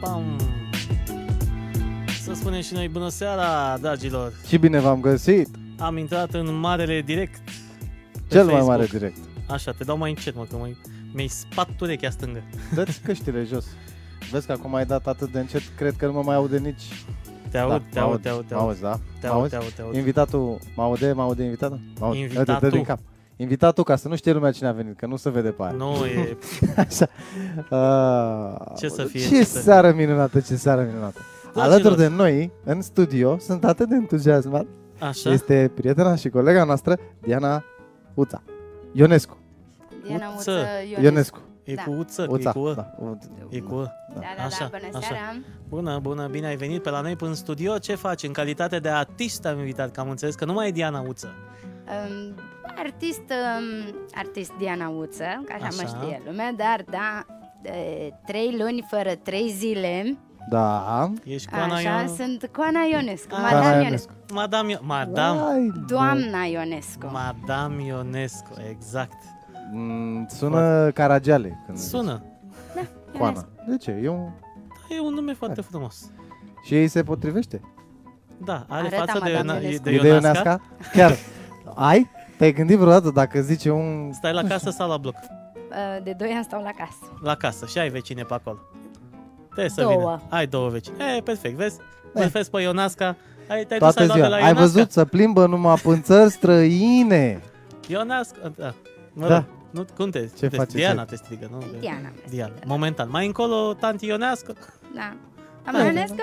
pam. Să spunem și noi bună seara, dragilor. Și bine v-am găsit! Am intrat în marele direct. pe Cel mai Facebook. mare direct. Așa, te dau mai încet, mă, că mai, mi-ai spat urechea stângă. Dă-ți căștile jos. Vezi că acum ai dat atât de încet, cred că nu mă mai aude nici... Te aud, te mă aud, te aud, te mă aud. auzi, da? Te Mă aud, auzi? te aud, te aud. Invitatul, mă aude, mă aude invitatul? Mă aude. Invitatul. Uite, dă din cap. Invitatul, ca să nu știe lumea cine a venit, că nu se vede pe aia. Nu, e, Așa. Uh, Ce să fie, Ce, ce să fie. seară minunată, ce seară minunată. Dragilor. Alături de noi, în studio, sunt atât de entuziasmat, așa, da? este prietena și colega noastră, Diana Uța. Ionescu. Diana Uță. Uță, Ionescu. Ionescu. e da. cu uță, e Uța. cu ă, Da. U- e cu ă. Da, da, Așa, da, bună așa. seara. Bună, bună, bine ai venit pe la noi până în studio. Ce faci? În calitate de artist am invitat, că am înțeles că nu mai e Diana Uță. Um, artist, um, artist Diana Uță, că așa, Așa. așa mă știe lumea, dar da, de trei luni fără trei zile, Da. Ești cu Ana așa, Ion... sunt Coana Ionescu, Ah. Madame Ionescu, Madame, Ion- Madame, Ai, Doamna Ionescu. Madame Ionescu, exact. Mm, Sună caragiale. Când Sună. Coana. De ce? E un... Da, e un nume foarte frumos. Și ei se potrivește. Da, are Arăta față de, Madame Iona- Ionescu. de E Ionasca. Chiar. Ai? Te-ai gândit vreodată dacă zice un... Stai la casă sau la bloc? Uh, De doi ani stau la casă. La casă și ai vecine pe acolo. Trebuie să Două. vină. Ai două vecini. E, perfect, vezi? Îl vezi pe Ionasca. Ai, te-ai dus Toată să de ziua. la Ai Ionasca. văzut să plimbă numai prin țări străine. Ionasca, da. Mă Da. rog, nu, cum te, Ce te faceți Diana aici? te strigă, nu? Diana. Diana. Momentan. Mai încolo, tanti Ionească, Da. Doamna da, Ionescu,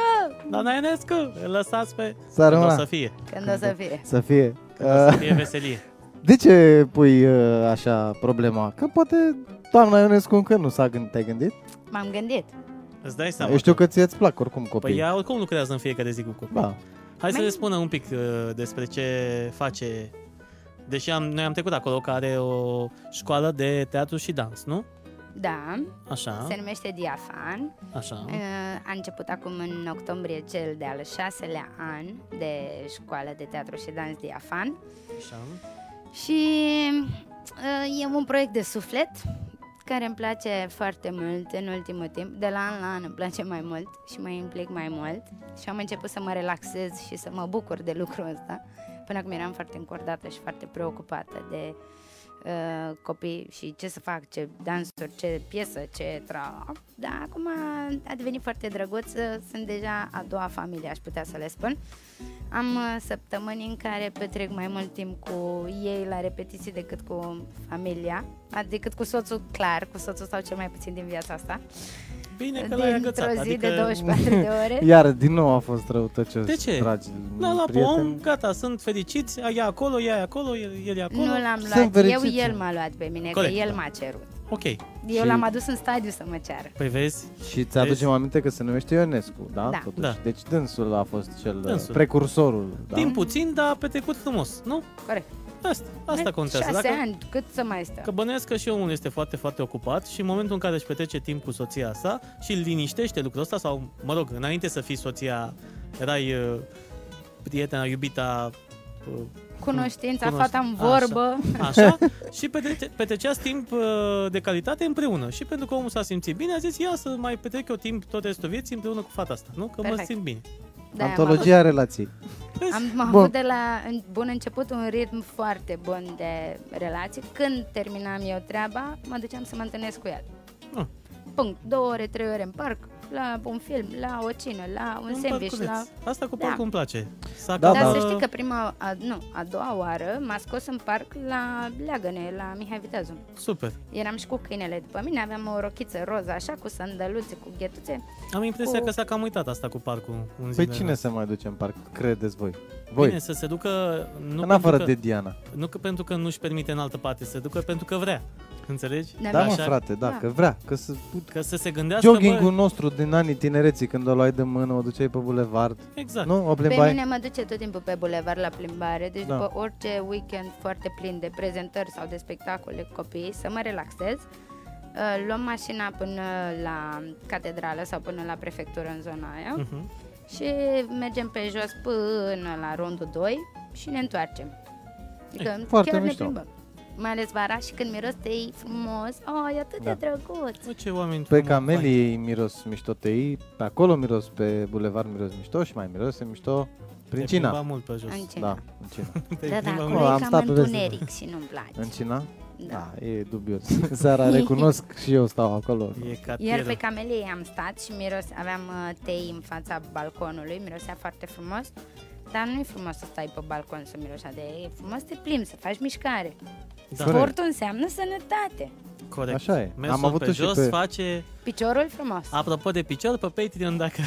doamna Ionescu, îl lăsați pe... Țară Când o să una. fie, când o să fie? Să fie. când o să Uh, fie veselie. De ce pui uh, așa problema? Că poate doamna Ionescu încă nu s-a gândit. Te-ai gândit? M-am gândit. Îți dai seama. Da, Eu știu că ție-ți plac oricum Păi copiii. ea oricum lucrează în fiecare zi cu copii. Da. Hai să Mai- le spună un pic uh, despre ce face... Deși am, noi am trecut acolo, care are o școală de teatru și dans, nu? Da, Așa, se numește Diafan. așa. Uh, A început acum în octombrie cel de-al șaselea an de școală de teatru și dans Diafan Așa. și uh, e un proiect de suflet care îmi place foarte mult în ultimul timp. De la an la an îmi place mai mult și mă implic mai mult și am început să mă relaxez și să mă bucur de lucrul ăsta. Până acum eram foarte încordată și foarte preocupată de uh, copii și ce să fac, ce dansuri, ce piesă, ce tra. Dar acum a devenit foarte drăguț, uh, sunt deja a doua familie, aș putea să le spun. Am uh, săptămâni în care petrec mai mult timp cu ei la repetiții decât cu familia, a- decât cu soțul, clar, cu soțul stau cel mai puțin din viața asta. Bine că l-ai Dintr-o agățat. zi adică... de 24 de ore. Iar din nou a fost răutăcios, De ce? dragi Da, la prieteni. pom, gata, sunt fericiți, ea acolo, ea e acolo, el, el e acolo. Nu l-am Sunt luat eu, fericiți. el m-a luat pe mine, Corect, că el da. m-a cerut. Ok, Eu Și- l-am adus în stadiu să mă ceară. păi vezi, Și ți-aducem aminte că se numește Ionescu, da? Da. Totuși. Deci- Da. Deci dânsul a fost cel uh, Dânsul. precursorul, da? da. timp puțin, dar a petrecut frumos, nu? Corect. Asta, asta contează. Șase Dacă, ani, cât să mai stă? că bănuiesc că și omul este foarte, foarte ocupat și în momentul în care își petrece timp cu soția sa și îl liniștește lucrul ăsta, sau, mă rog, înainte să fii soția, erai uh, prietena, iubita, uh, Cunoștința, Cunoști- fata în Așa. vorbă. Așa? și petrece, petreceați timp uh, de calitate împreună. Și pentru că omul s-a simțit bine, a zis, ia să mai petrec eu timp tot restul vieții împreună cu fata asta, nu? Că mă Perfect. simt bine. Da, Antologia relației. Vezi? Am, am Bun. avut de la în- bun început un ritm foarte bun de relații. Când terminam eu treaba, mă duceam să mă întâlnesc cu el. Ah. Punct. Două ore, trei ore în parc, la un film, la o cină, la un, sandwich, parculeț. la... Asta cu Da. parcul îmi place. S-a Da, Dar da. să știi că prima, a, nu, a doua oară m-a scos în parc la Leagăne, la Mihai Viteazu. uh, Super. Eram și cu câinele după mine, aveam o rochiță roz așa, cu sandăluțe, cu ghetuțe. Am impresia Cu- că s-a cam uitat asta cu parcul un zi. Păi de- cine se mai duce în parc, credeți voi? Voi, da, Bine, să se ducă... Nu, în pentru afară că, de Diana. nu că pentru că nu-și permite în altă parte, se ducă pentru că vrea. Înțelegi? Da, Da, mă, Așa. frate, da, Da. că vrea, că să... Că să se gândească... Joggingul bă, nostru din anii tinereții, când o luai de mână, o duceai pe bulevard, Exact. nu? O Pe plimbai? mine mă duce tot timpul pe bulevard la plimbare, deci Da. da. după orice weekend foarte plin de prezentări sau de spectacole cu copiii, să mă relaxez. Uh, Luăm mașina până la catedrală sau până la prefectură în zona aia Mhm. și mergem pe jos până la rondul 2 și ne întoarcem. Adică foarte chiar ne mișto. plimbăm. mai ales vara și când miros tei frumos, oh, e atât Da. de drăguț. Bă, ce oameni Pe frumoși, faini. Camelie miros mișto tei, pe acolo miros, pe bulevard miros mișto și mai miros e mișto Te-ai prin Cina. plimbat mult pe jos. În Cina. Da, în Cina. Te-ai Da, da, plimbat acolo mult. am acolo e stat cam pe vest. întuneric și nu-mi În place. Cina? Da. Da, e dubios. Seara recunosc și eu stau acolo. E Iar pe catieră. camelie am stat și miros, aveam uh, tei în fața balconului, mirosea foarte frumos, dar nu e frumos să stai pe balcon să miroși de e frumos să te plimbi, să faci mișcare. Da, Corect. Sportul înseamnă sănătate. corect. Așa e. Mersul Am avut pe și jos pe- face... Piciorul frumos. Apropo de picior, pe Patreon, dacă...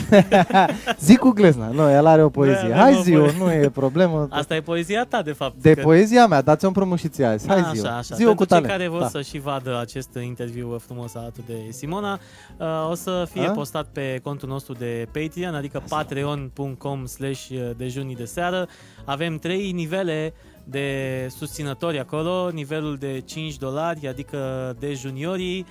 Zi cu glezna. Nu, el are o poezie. Da, Hai avem o zi eu, poezie. nu e problemă. Asta e poezia ta, de fapt. De că- poezia mea, dați-o împrumut și ție azi. A, Hai zi Da, așa, eu. așa. Zi eu Pentru cu cei talent. care vor Da. să și vadă acest interviu frumos alături de Simona, uh, o să fie A? postat pe contul nostru de Patreon, adică patreon.com slash dejunii de seară. Avem trei nivele de susținători acolo, nivelul de 5 dolari, adică de juniorii,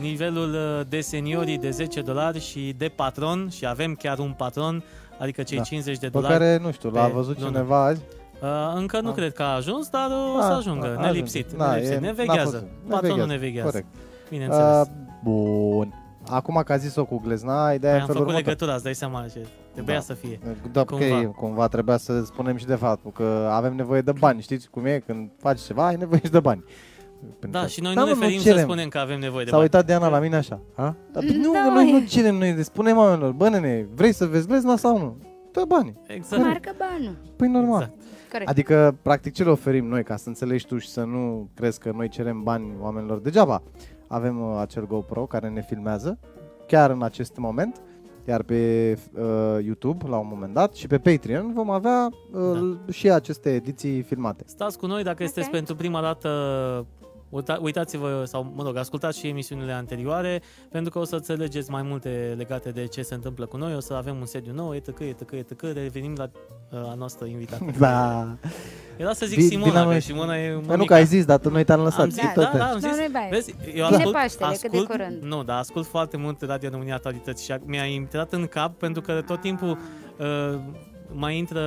nivelul uh, de seniorii de 10 dolari și de patron și avem chiar un patron, adică cei Da. 50 de Pe dolari. care, nu știu, l-a pe văzut lună. cineva azi? Uh, încă nu Da. cred că a ajuns, dar o Da, să ajungă, a- ne nelipsit, ajunge. Da, nelipsit. e- ne n-a veghează, fost- ne patronul veghează, ne veghează, Corect. bineînțeles. Uh, Bun. Acum că a zis-o cu glezna, ideea e Păi în am felul făcut următor. legătura, îți dai seama ce trebuia Da. să fie. Cumva. Da, cumva. că e, cumva trebuia să spunem și de faptul că avem nevoie de bani, știți cum e? Când faci ceva, ai nevoie și de bani. Pentru Da, că- și noi nu mă, ne ferim să cerem. spunem că avem nevoie de S-a bani. uitat Diana la mine așa. Ha? Dar, păi, Mm, nu, da, noi mă, e. nu cerem, noi spunem oamenilor, bă nene, vrei să vezi glezna sau nu? Dă bani, Exact. Marcă banul. păi normal. Exact. Corect. Adică, practic, ce le oferim noi, ca să înțelegi tu și să nu crezi că noi cerem bani oamenilor degeaba? Avem uh, acel GoPro care ne filmează chiar în acest moment, iar pe uh, YouTube, la un moment dat, și pe Patreon vom avea uh, Da. da. și aceste ediții filmate. Stați cu noi dacă okay. sunteți Ok. pentru prima dată uita- uitați-vă sau, mă rog, ascultați și emisiunile anterioare, pentru că o să înțelegeți mai multe legate de ce se întâmplă cu noi, o să avem un sediu nou, etc., etc., etc., revenim la uh, a noastră invitată. Da. Era să zic Vin- vin la Simona, că noi. Simona e Păi mămica. nu că ai zis, dar tu noi te-am lăsat. Am zi zis, da, da, toate. da, am Nu, zis. nu-i baie. Vezi, eu Vine ascult, Paștele, cât de ascult, curând. Nu, dar ascult foarte mult Radio România Actualități și ac- mi-a intrat în cap pentru că tot timpul uh, mai intră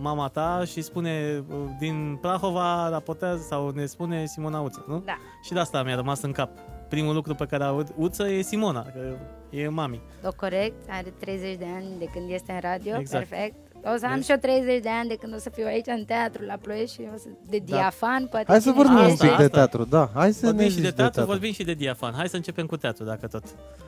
mama ta și spune uh, din Prahova raportează sau ne spune Simona Uță, nu? Da. Și de asta mi-a rămas în cap. Primul lucru pe care aud Uță e Simona, că e mami. O corect, are 30 de ani de când este în radio, Exact. perfect. O să am Deci- și eu 30 de ani de când o să fiu aici în teatru la Ploiești și o să, de Da. diafan, poate Hai să cine vorbim Asta, un știe. pic de asta. teatru, da. Hai să Vorbim ne și de zici teatru, de teatru. vorbim și de diafan. Hai să începem cu teatru, dacă tot.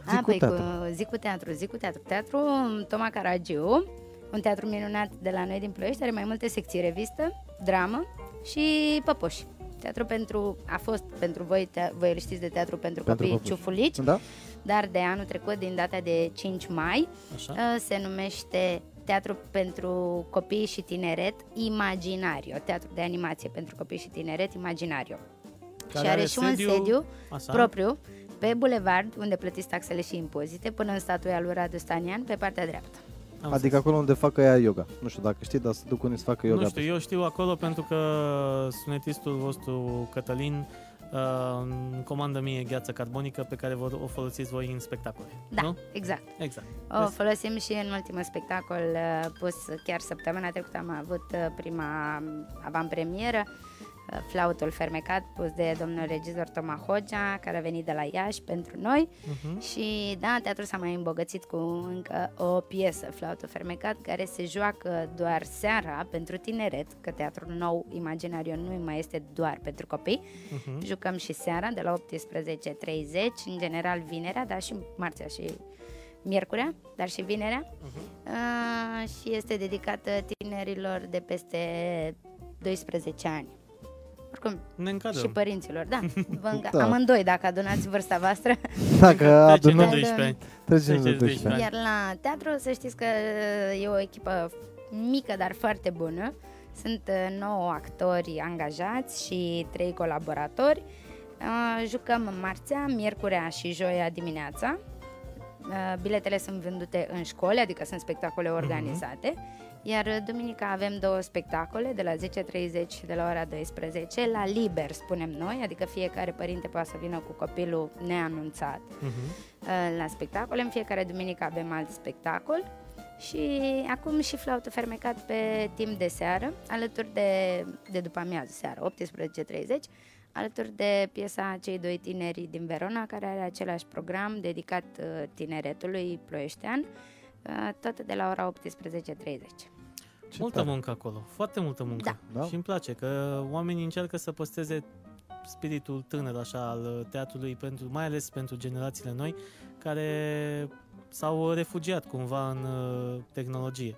Zi A, cu păi teatru. cu, zic cu teatru, zic cu teatru. Teatru mm, Toma Caragiu, un teatru minunat de la noi din Ploiești, are mai multe secții, revistă, dramă și păpoși. Teatru pentru, a fost pentru voi, te, voi îl știți de teatru pentru, Pentru copii păpuși. ciufulici, Da? dar de anul trecut, din data de 5 mai, Așa? Uh, Se numește Teatru pentru copii și tineret Imaginario, teatru de animație pentru copii și tineret Imaginario. Care și are, are și un sediu- sediu Așa. propriu pe Boulevard, unde plătiți taxele și impozite, până în statuia lui Radu Stanian, pe partea dreaptă. Am Adică acolo unde fac ea yoga. Nu știu dacă știi, dar se duc unii să facă yoga. Nu știu, eu știu acolo pentru că sunetistul vostru, Cătălin, uh, îmi comandă mie gheață carbonică pe care vă- o folosiți voi în spectacole. Da, Nu? exact. Exact. O folosim și în ultimul spectacol uh, pus chiar săptămâna trecută am avut uh, prima um, avantpremieră, uh, Flautul fermecat pus de domnul regizor Toma Hogea, care a venit de la Iași pentru noi. Mhm. Și da, teatrul s-a mai îmbogățit cu încă o piesă, Flautul fermecat, care se joacă doar seara pentru tineret, că teatrul nou imaginariu nu mai este doar pentru copii. Mhm. Jucăm și seara de la 18.30, în general vinerea, dar și marțea și miercurea, dar și vinerea. Mhm. Uh, și este dedicată tinerilor de peste 12 ani. Oricum, Ne și încadrăm. părinților, da. Vă înca- Da. Amândoi, dacă adunați vârsta voastră. Dacă Trecem de adunăm, 12 ani. Trecem trecem de de 12 ani. Da. Iar la teatru să știți că uh, e o echipă mică, dar foarte bună. Sunt uh, 9 actori angajați și 3 colaboratori. Uh, Jucăm marțea, miercurea și joia dimineața. Uh, Biletele sunt vândute în școli, adică sunt spectacole organizate. Iar uh, duminica avem două spectacole, de la 10.30 și de la ora 12, la liber, spunem noi, adică fiecare părinte poate să vină cu copilul neanunțat Mhm. uh, la spectacole. În fiecare duminică avem alt spectacol Și acum și flaută fermecat pe timp de seară, alături de, de după amiază seară, 18.30, alături de piesa Cei doi tineri din Verona, care are același program dedicat uh, tineretului ploieștean, uh, toate de la ora 18.30. Ce multă tare. muncă acolo, foarte multă muncă. Da. Da. Și îmi place că oamenii încearcă să păsteze spiritul tânăr așa al teatrului, pentru, mai ales pentru generațiile noi, care s-au refugiat cumva în uh, tehnologie.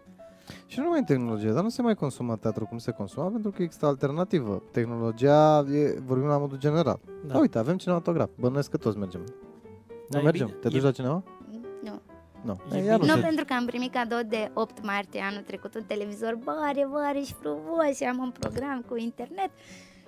Și nu numai în tehnologie, dar nu se mai consumă teatru cum se consuma, pentru că există alternativă. Tehnologia, e, vorbim la modul general. Da. Da. Da, uite, avem cinematograf. Bănuiesc că toți mergem. Da, Nu e mergem? bine. Te duci E- la cineva? Nu. Nu. E Iar bine. nu Nu, se- pentru că am primit cadou de 8 martie anul trecut un televizor mare, mare și frumos și am un program cu internet.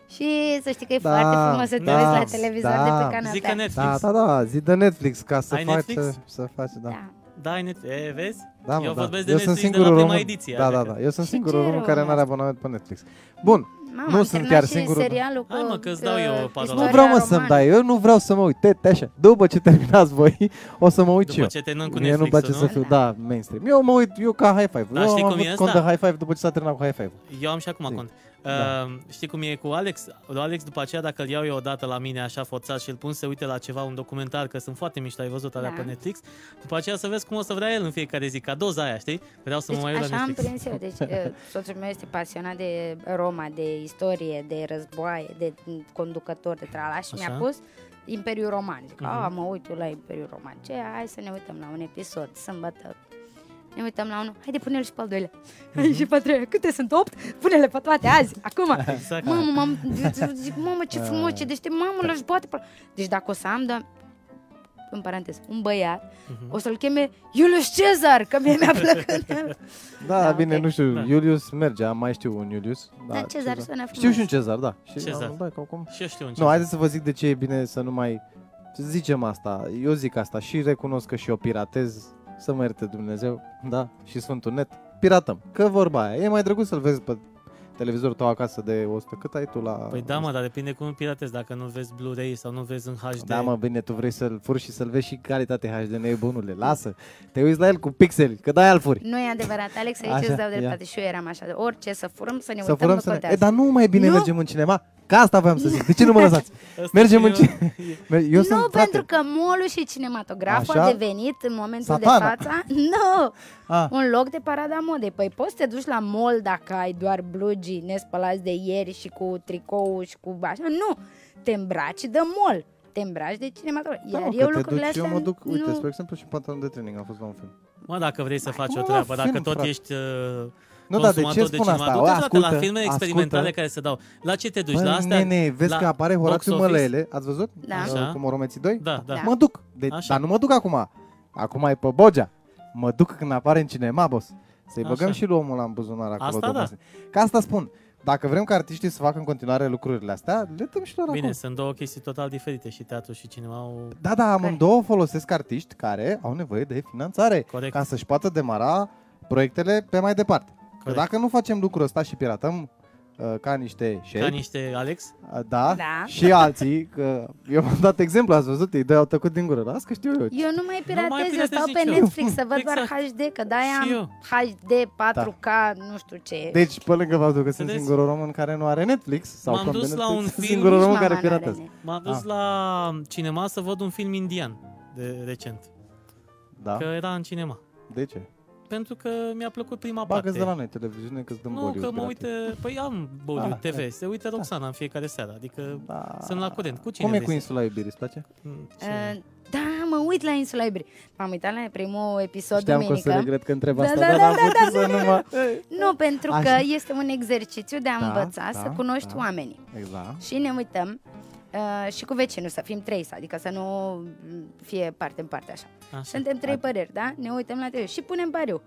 Și să știi că e Da, foarte frumos să te da, uiți la televizor da. de pe canapea. Zic că Netflix. Da, da, da, zi de Netflix ca să Ai faci, Netflix? să faci, da. da. Da, ai Netflix. E, vezi? Da, mă, Eu da. vorbesc de eu Netflix sunt de singurul la prima român. ediție, adică. Da, așa da, că- da. Eu sunt Și singurul ce român care nu românesc? are abonament pe Netflix. Bun, Mama, Nu am sunt terminat chiar și singurul, da. serialul cu Hai, mă, că îți dau eu uh, o parodie. nu istoria vreau mă să-mi romană. dai, eu nu vreau să mă uit. Tete, așa, după ce terminați voi, o să mă uit și După eu. ce terminăm cu Mie nu-mi place Netflix-ul, să nu? fiu, da, mainstream. Eu mă uit, eu ca high five. Dar eu știi am cum avut e cont de ăsta? high five după ce s-a terminat cu high five. Eu am și acum Zi. cont. Da. Uh, știi cum e cu Alex? Lui Alex, după aceea, dacă îl iau eu odată la mine așa forțat și îl pun să uite la ceva, un documentar, că sunt foarte mișto, ai văzut alea Da. pe Netflix, după aceea să vezi cum o să vrea el în fiecare zi, ca doza aia, știi? Vreau să Deci, mă mai uit la așa am Netflix. prins eu. Deci, uh, soțul meu este pasionat de Roma, de istorie, de războaie, de mm, conducător, de trala și Așa. mi-a pus Imperiul Roman. Zic, Mhm. a, mă uit eu la Imperiul Roman. Ce, hai să ne uităm la un episod, sâmbătă. Ne uităm la unul, haide pune-l și pe al doilea. Mhm. și pe al treilea, câte sunt? Opt? Pune-le pe toate azi, acum. Exact. Mamă, mamă, zic, mamă, ce frumos, ce deștept, mamă, l-aș bate. pe- Deci dacă o să am, da, în paranteză, un băiat, Mhm. o să-l cheme Iulius Cezar, că mie mi-a plăcut. Da, Da, bine, ok. nu știu, Da. Iulius merge, am mai știu un Iulius. Da, Cezar sună frumos. Știu și un Cezar, da. Și Cezar. am- Da, ca cum. Și eu știu un Nu, haideți să vă zic de ce e bine să nu mai... să Zicem asta, eu zic asta și recunosc că și eu piratez, să mă ierte Dumnezeu, da, și Sfântul Net, piratăm, că vorba aia, e mai drăguț să-l vezi pe televizorul tău acasă de 100, cât ai tu la... Păi da, mă, dar depinde cum îl piratezi, dacă nu vezi Blu-ray sau nu vezi în HD. Da, mă, bine, tu vrei să-l furi și să-l vezi și calitate HD, nebunule, lasă, te uiți la el cu pixeli, că da, al furi. Nu e adevărat, Alex, aici Așa, îți dau ia. dreptate și eu eram așa. de Orice să furăm, să ne Să uităm, furăm nu să ne... contează. E, dar nu mai bine Nu. mergem în cinema? Ca asta voiam să zic, de ce nu mă lăsați? Ăsta Mergem e- în cinema. Eu nu, sunt, pentru frate. că molul și cinematograful Așa? a devenit în momentul de Satana. față nu, Ah. un loc de parada modei. Păi poți să te duci la mall dacă ai doar blugi nespălați de ieri și cu tricou și cu așa. Nu, te îmbraci de mall, te îmbraci de cinematograf. Da, Iar mă, că eu te lucrurile duci, astea Eu mă duc, nu... uite, spre exemplu, și în pantalon de training am fost la un film. Mă, dacă vrei să faci cum o la treabă, dacă film, tot frate? ești uh, Nu, dar de consumator ce spun cinema, asta? O, Du-te toate ascultă, la filme experimentale ascultă. care se dau. La ce te duci? Băi, Deci la astea? nene, vezi la că apare box Horațiu office? Mălele, ați văzut? Da. Așa. Uh, Cu Moromeții 2? Da, da. Da. Mă duc, de, Așa. dar nu mă duc acum. Acum e pe Bogea. Mă duc când apare în cinema, boss. Să-i Așa. băgăm și lui omul la în buzunar acolo. Asta domnul da. ăsta. Că asta spun. Dacă vrem ca artiștii să facă în continuare lucrurile astea, le dăm și lor Bine, acum. sunt două chestii total diferite și teatru și cinema au... Da, da, amândouă folosesc artiști care au nevoie de finanțare Corect. ca să-și poată demara proiectele pe mai departe. Că Corect. dacă nu facem lucrul ăsta și piratăm uh, ca niște șefi, Ca niște Alex? uh, da, Da. și alții, că eu v-am dat exemplu, ați văzut, ei doi au tăcut din gură, las că știu eu. Eu nu mai piratez, mai eu piratez stau pe nici eu. Netflix să văd doar Exact. HD, că de-aia Și am eu. HD, 4K, nu știu ce. Deci, pe lângă faptul că sunt Vedeți? singurul român care nu are Netflix, sau M-am că am dus pe la Netflix, un sunt film, singurul Nici român mama care n-are piratează. net. M-am dus Ah. la cinema să văd un film indian de recent, Da? că era în cinema. De ce? Pentru că mi-a plăcut prima bagă parte. de la noi televiziune că-ți dăm nu, Bollywood că mă gratis. uite, păi am Bollywood Ah, TV, se uită Roxana în fiecare seară, adică Da. sunt la curent. Cu cine Cum e cu vrei să- insula iubirii, îți place? Mm, cine? Uh, da, mă uit la Insula Iberii. M-am uitat la primul episod Știam că o să duminică. regret că întreb Da, asta, da, dar da, am da, putut da, să da, nu mă... nu, pentru că Așa. este un exercițiu de a Da, învăța da, să cunoști da. oamenii. Exact. Și ne uităm uh, și cu vecinul, să fim trei, adică să nu fie parte în parte așa. Așa. Suntem trei păreri, da? Ne uităm la TV și punem pariu.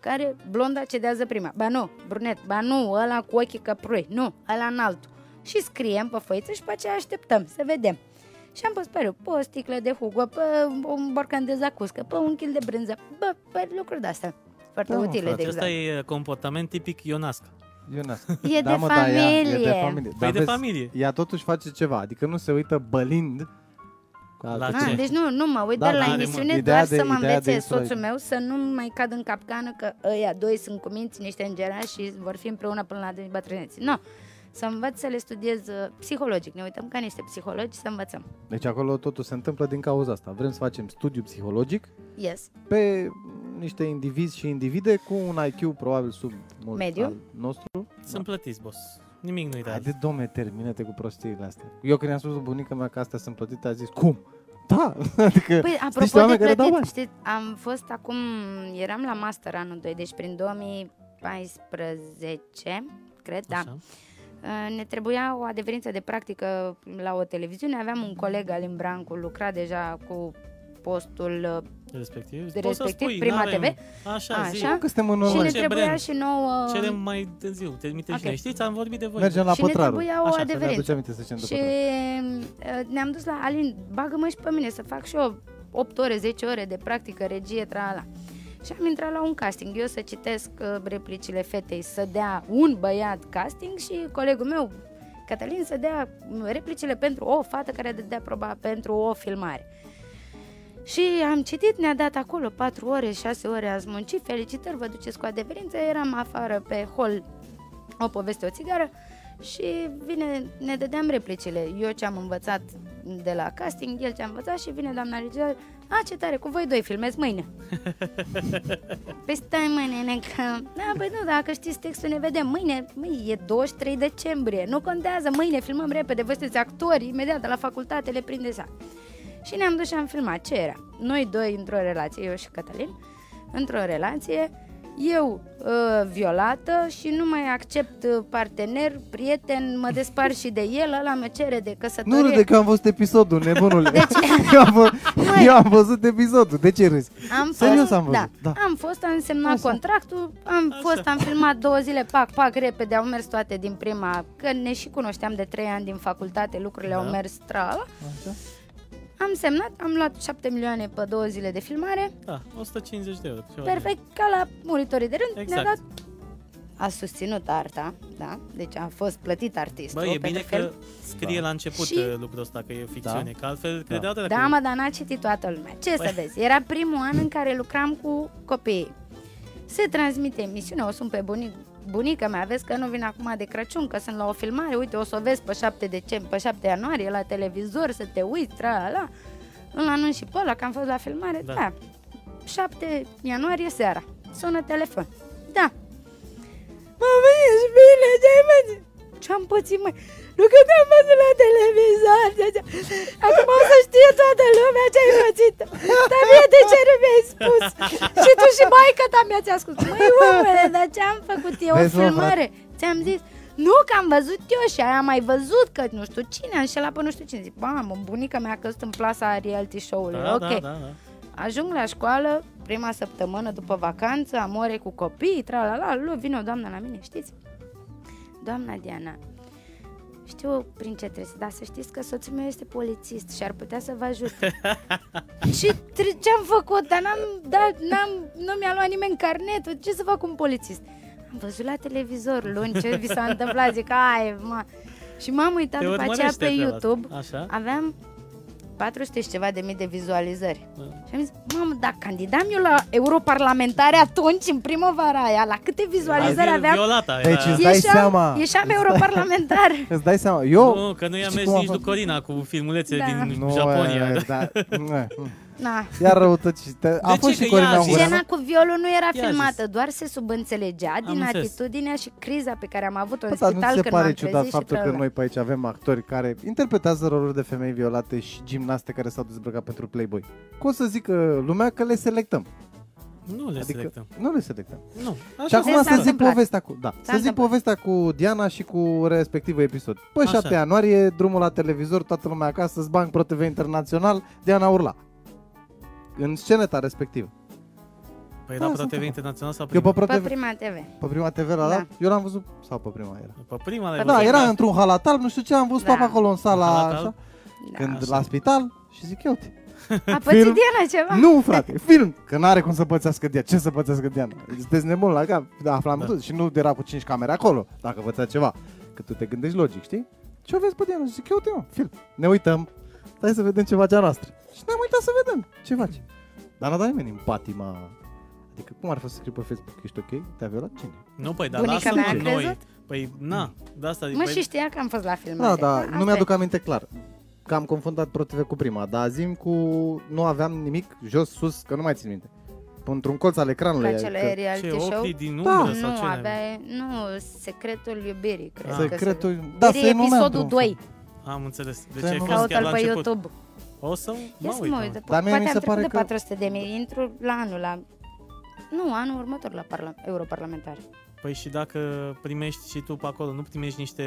Care blonda cedează prima. Ba nu, brunet, ba nu, ăla cu ochii căprui, nu, ăla înaltul. Și scriem pe făiță și pe aceea așteptăm să vedem. Și am pus pariu, pe o sticlă de Hugo, pe un borcan de zacuscă, pe un kil de brânză, bă, pe lucruri de-astea. Foarte Da, mă, utile, frate, de exact. Acesta exemplu. e uh, comportament tipic Ionasc. Ionas. E da, de mă, da, ea- e de familie. familie. Păi Dar de vezi, familie. Ea totuși face ceva, adică nu se uită bălind La ce- ce? Ah, deci nu, nu mă uit Da, da, la da, emisiune de- doar ideea de- să mă ideea de învețe insulare. soțul meu să nu mai cad în capcană că ăia doi sunt cuminți niște îngerași și vor fi împreună până la adânci bătrâneți. Nu, să învăț să le studiez uh, psihologic. Ne uităm ca niște psihologi să învățăm. Deci acolo totul se întâmplă din cauza asta. Vrem să facem studiu psihologic Yes. pe niște indivizi și individe cu un IQ probabil sub mult Mediu. al nostru. Da. Sunt plătiți, boss. Nimic nu-i dat. Haide, domne, termină-te cu prostiile astea. Eu când i-am spus lui bunica mea că astea sunt plătite, a zis, cum? Da, adică Păi, niște apropo de oameni care dau plătit, bani. știi, am fost acum, eram la master anul 2, deci prin 2014, cred, da. Așa. Uh, Ne trebuia o adeverință de practică la o televiziune. Aveam un coleg, Alin Brancu, lucra deja cu postul uh, Respectiv. de Poți să respectiv, spui, Prima n-avem- TV. Așa, Așa. zi. Nu că suntem în și ne urmă. orice trebuia brand. și nouă... Cerem mai târziu. Termite Ok. și noi. Știți, am vorbit de voi. Mergem la și ne pătrarul. trebuia o Așa, să ne Să ne aduce adeverință. aminte să zicem de Și pătrarul. uh, ne-am dus la Alin, bagă-mă și pe mine să fac și eu 8 ore, 10 ore de practică, regie, trala. Și am intrat la un casting. Eu să citesc uh, replicile fetei, să dea un băiat casting și colegul meu, Cătălin, să dea mm, replicile pentru o fată care dădea proba pentru o filmare. Și am citit, ne-a dat acolo 4 ore, 6 ore ați muncit, felicitări, vă duceți cu adeverință, eram afară pe hol o poveste, o țigară și vine, ne dădeam replicile. Eu ce am învățat de la casting, el ce a învățat și vine doamna regizor, a, ce tare, cu voi doi filmez mâine. păi stai mă, nene, că... Da, păi nu, dacă știți textul, ne vedem mâine. Măi, e 23 decembrie, nu contează, mâine filmăm repede, voi sunteți actori, imediat de la facultate le prindeți act. Și ne-am dus și am filmat ce era. Noi doi într-o relație, eu și Cătălin, într-o relație, eu uh, violată și nu mai accept uh, partener, prieten, mă despar și de el, ăla mă cere de căsătorie. Nu râde că am văzut episodul, nebunule. Deci- eu, am, vă- eu am văzut episodul. De ce râzi? Am Serios fost, am văzut, Da, da. Am fost, am semnat Așa. contractul, am Așa. fost, am filmat două zile, pac, pac, repede, au mers toate din prima, că ne și cunoșteam de trei ani din facultate, lucrurile Da. au mers trala. Așa. Am semnat, am luat 7 milioane pe două zile de filmare, Da, 150 de euro. ceva de genul. perfect, ca la muritorii de rând, Exact. ne-a dat a susținut arta, da? Deci a fost plătit artistul Bă, e bine pentru că film. scrie Da. la început Și- uh, lucrul ăsta, că e ficțiune, că altfel credeau de Da, mă, dar n-a citit toată lumea. Ce Păi. să vezi? Era primul an în care lucram cu copiii. Se transmite emisiunea, o sun pe bunic, bunica mea, vezi că nu vin acum de Crăciun, că sunt la o filmare, uite, o să o vezi pe 7, decembrie, pe 7 ianuarie la televizor, să te uiți, tra la Îl anunț și pe ăla că am fost la filmare, Da. da. da. 7 ianuarie seara, sună telefon. Da. Mama, ești bine, ce-ai pățit? Ce-am pățit, măi? Nu că te-am văzut la televizor. de- de- Acum o să știe toată lumea ce-ai pățit. Dar mie de ce nu mi-ai spus? Și tu și maica ta mi-ați ascuns. Măi, omule, dar ce-am făcut? E o Vezi, mă, filmare. Ți-am zis, nu că am văzut eu și aia am mai văzut că nu știu cine, am șelat pe nu știu cine. Zic, mamă, bunica mea a căzut în plasa reality show-ului. Da, ok. da, da, da. Ajung la școală, prima săptămână după vacanță, am ore cu copii, tra la la, lu, vine o doamnă la mine, știți? Doamna Diana, știu prin ce trebuie, dar să știți că soțul meu este polițist și ar putea să vă ajute. și tre- ce-am făcut? Dar n-am, da, n-am, nu mi-a luat nimeni carnetul, ce să fac cu un polițist? Am văzut la televizor luni ce vi s-a întâmplat, zic, ai, mă. Și m-am uitat Te după aceea urmărește pe treaba YouTube, asta. Așa. aveam 400 și ceva de mii de vizualizări. Da. Și am zis, mamă, dacă candidam eu la europarlamentare atunci, în primăvara aia, la câte vizualizări Azi, aveam, Violata era. Deci îți Deci, dai ieșeam, seama. ieșeam europarlamentar. Îți dai seama. Eu... nu, că nu i-a Oh, știi mers cum a nici fost? Corina cu filmulețe Da. din Nu, Japonia. e, Da. da. nu, e. Na. Iar răutăți. Te- A De fost ce? și Că ea a Corina zis- Ungureanu. Scena cu violul nu era zis. filmată, doar se subînțelegea din înțeles. atitudinea și criza pe care am avut-o în Bă, Dar nu ți spital se când m-am pare trezit ciudat și faptul că trălăla. noi pe aici avem actori care interpretează roluri de femei violate și gimnaste care s-au dezbrăcat pentru Playboy? Cum o să zică lumea că le selectăm? Nu le Adică selectăm. nu le selectăm. Nu. Și Așa acum s-a să zic întâmplat. povestea cu, da, să zic întâmplat. povestea cu Diana și cu respectivul episod. Pe Așa. 7 ianuarie, drumul la televizor, toată lumea acasă, Zbanc Pro TV Internațional, Diana urla. În sceneta respectivă. Păi era Da, pe sunt TV acum. internațional sau Eu pe prima? Pro Pe TV, prima TV. pe prima TV la Da. da. eu l-am văzut sau pe prima era. Pe prima l-ai Da, văzut, era într-un halat alb, nu știu ce, am văzut Da. da. acolo în Un sala halat alb? așa, Da. când Așa. la spital și zic eu A pățit film- Diana ceva? Nu, frate, film! Că n-are cum să pățească Diana. Ce să pățească Diana? Sunteți nebun la cap. Da, aflam Da. da. Și nu era cu 5 camere acolo, dacă vățea ceva. Că tu te gândești logic, știi? Ce o vezi pe Diana? Zic, eu te mă, film. Ne uităm. Hai să vedem ce face a noastră. ne-am uitat să vedem ce faci. Dar n-a dat nimeni în patima. Adică cum ar fi să scrii pe Facebook, ești ok? Te-a violat cine? Nu, păi, dar Bunica lasă-mă mea a noi. crezut? Păi, na, de asta... Mă, păi, și știa că am fost la film. Da, da, nu mi-aduc aminte clar. Că am confundat ProTV cu prima, dar zim cu nu aveam nimic jos, sus, că nu mai țin minte. Într-un colț al ecranului. La cele adică- ce, reality show? ochii din Da. umbră sau Nu, ce ne- abia, nu, secretul iubirii, cred Ah. că se- Secretul... Da, E se numea episodul într-un 2. Am înțeles. Deci Să ai nu- fost chiar Caută-l la pe început. YouTube. O să Ia mă să uit. mă mă. uit, po- Dar mie poate mi am se pare trecut de că- 400 de mii, intru la anul la... Nu, anul următor la parla- europarlamentar. Păi și dacă primești și tu pe acolo, nu primești niște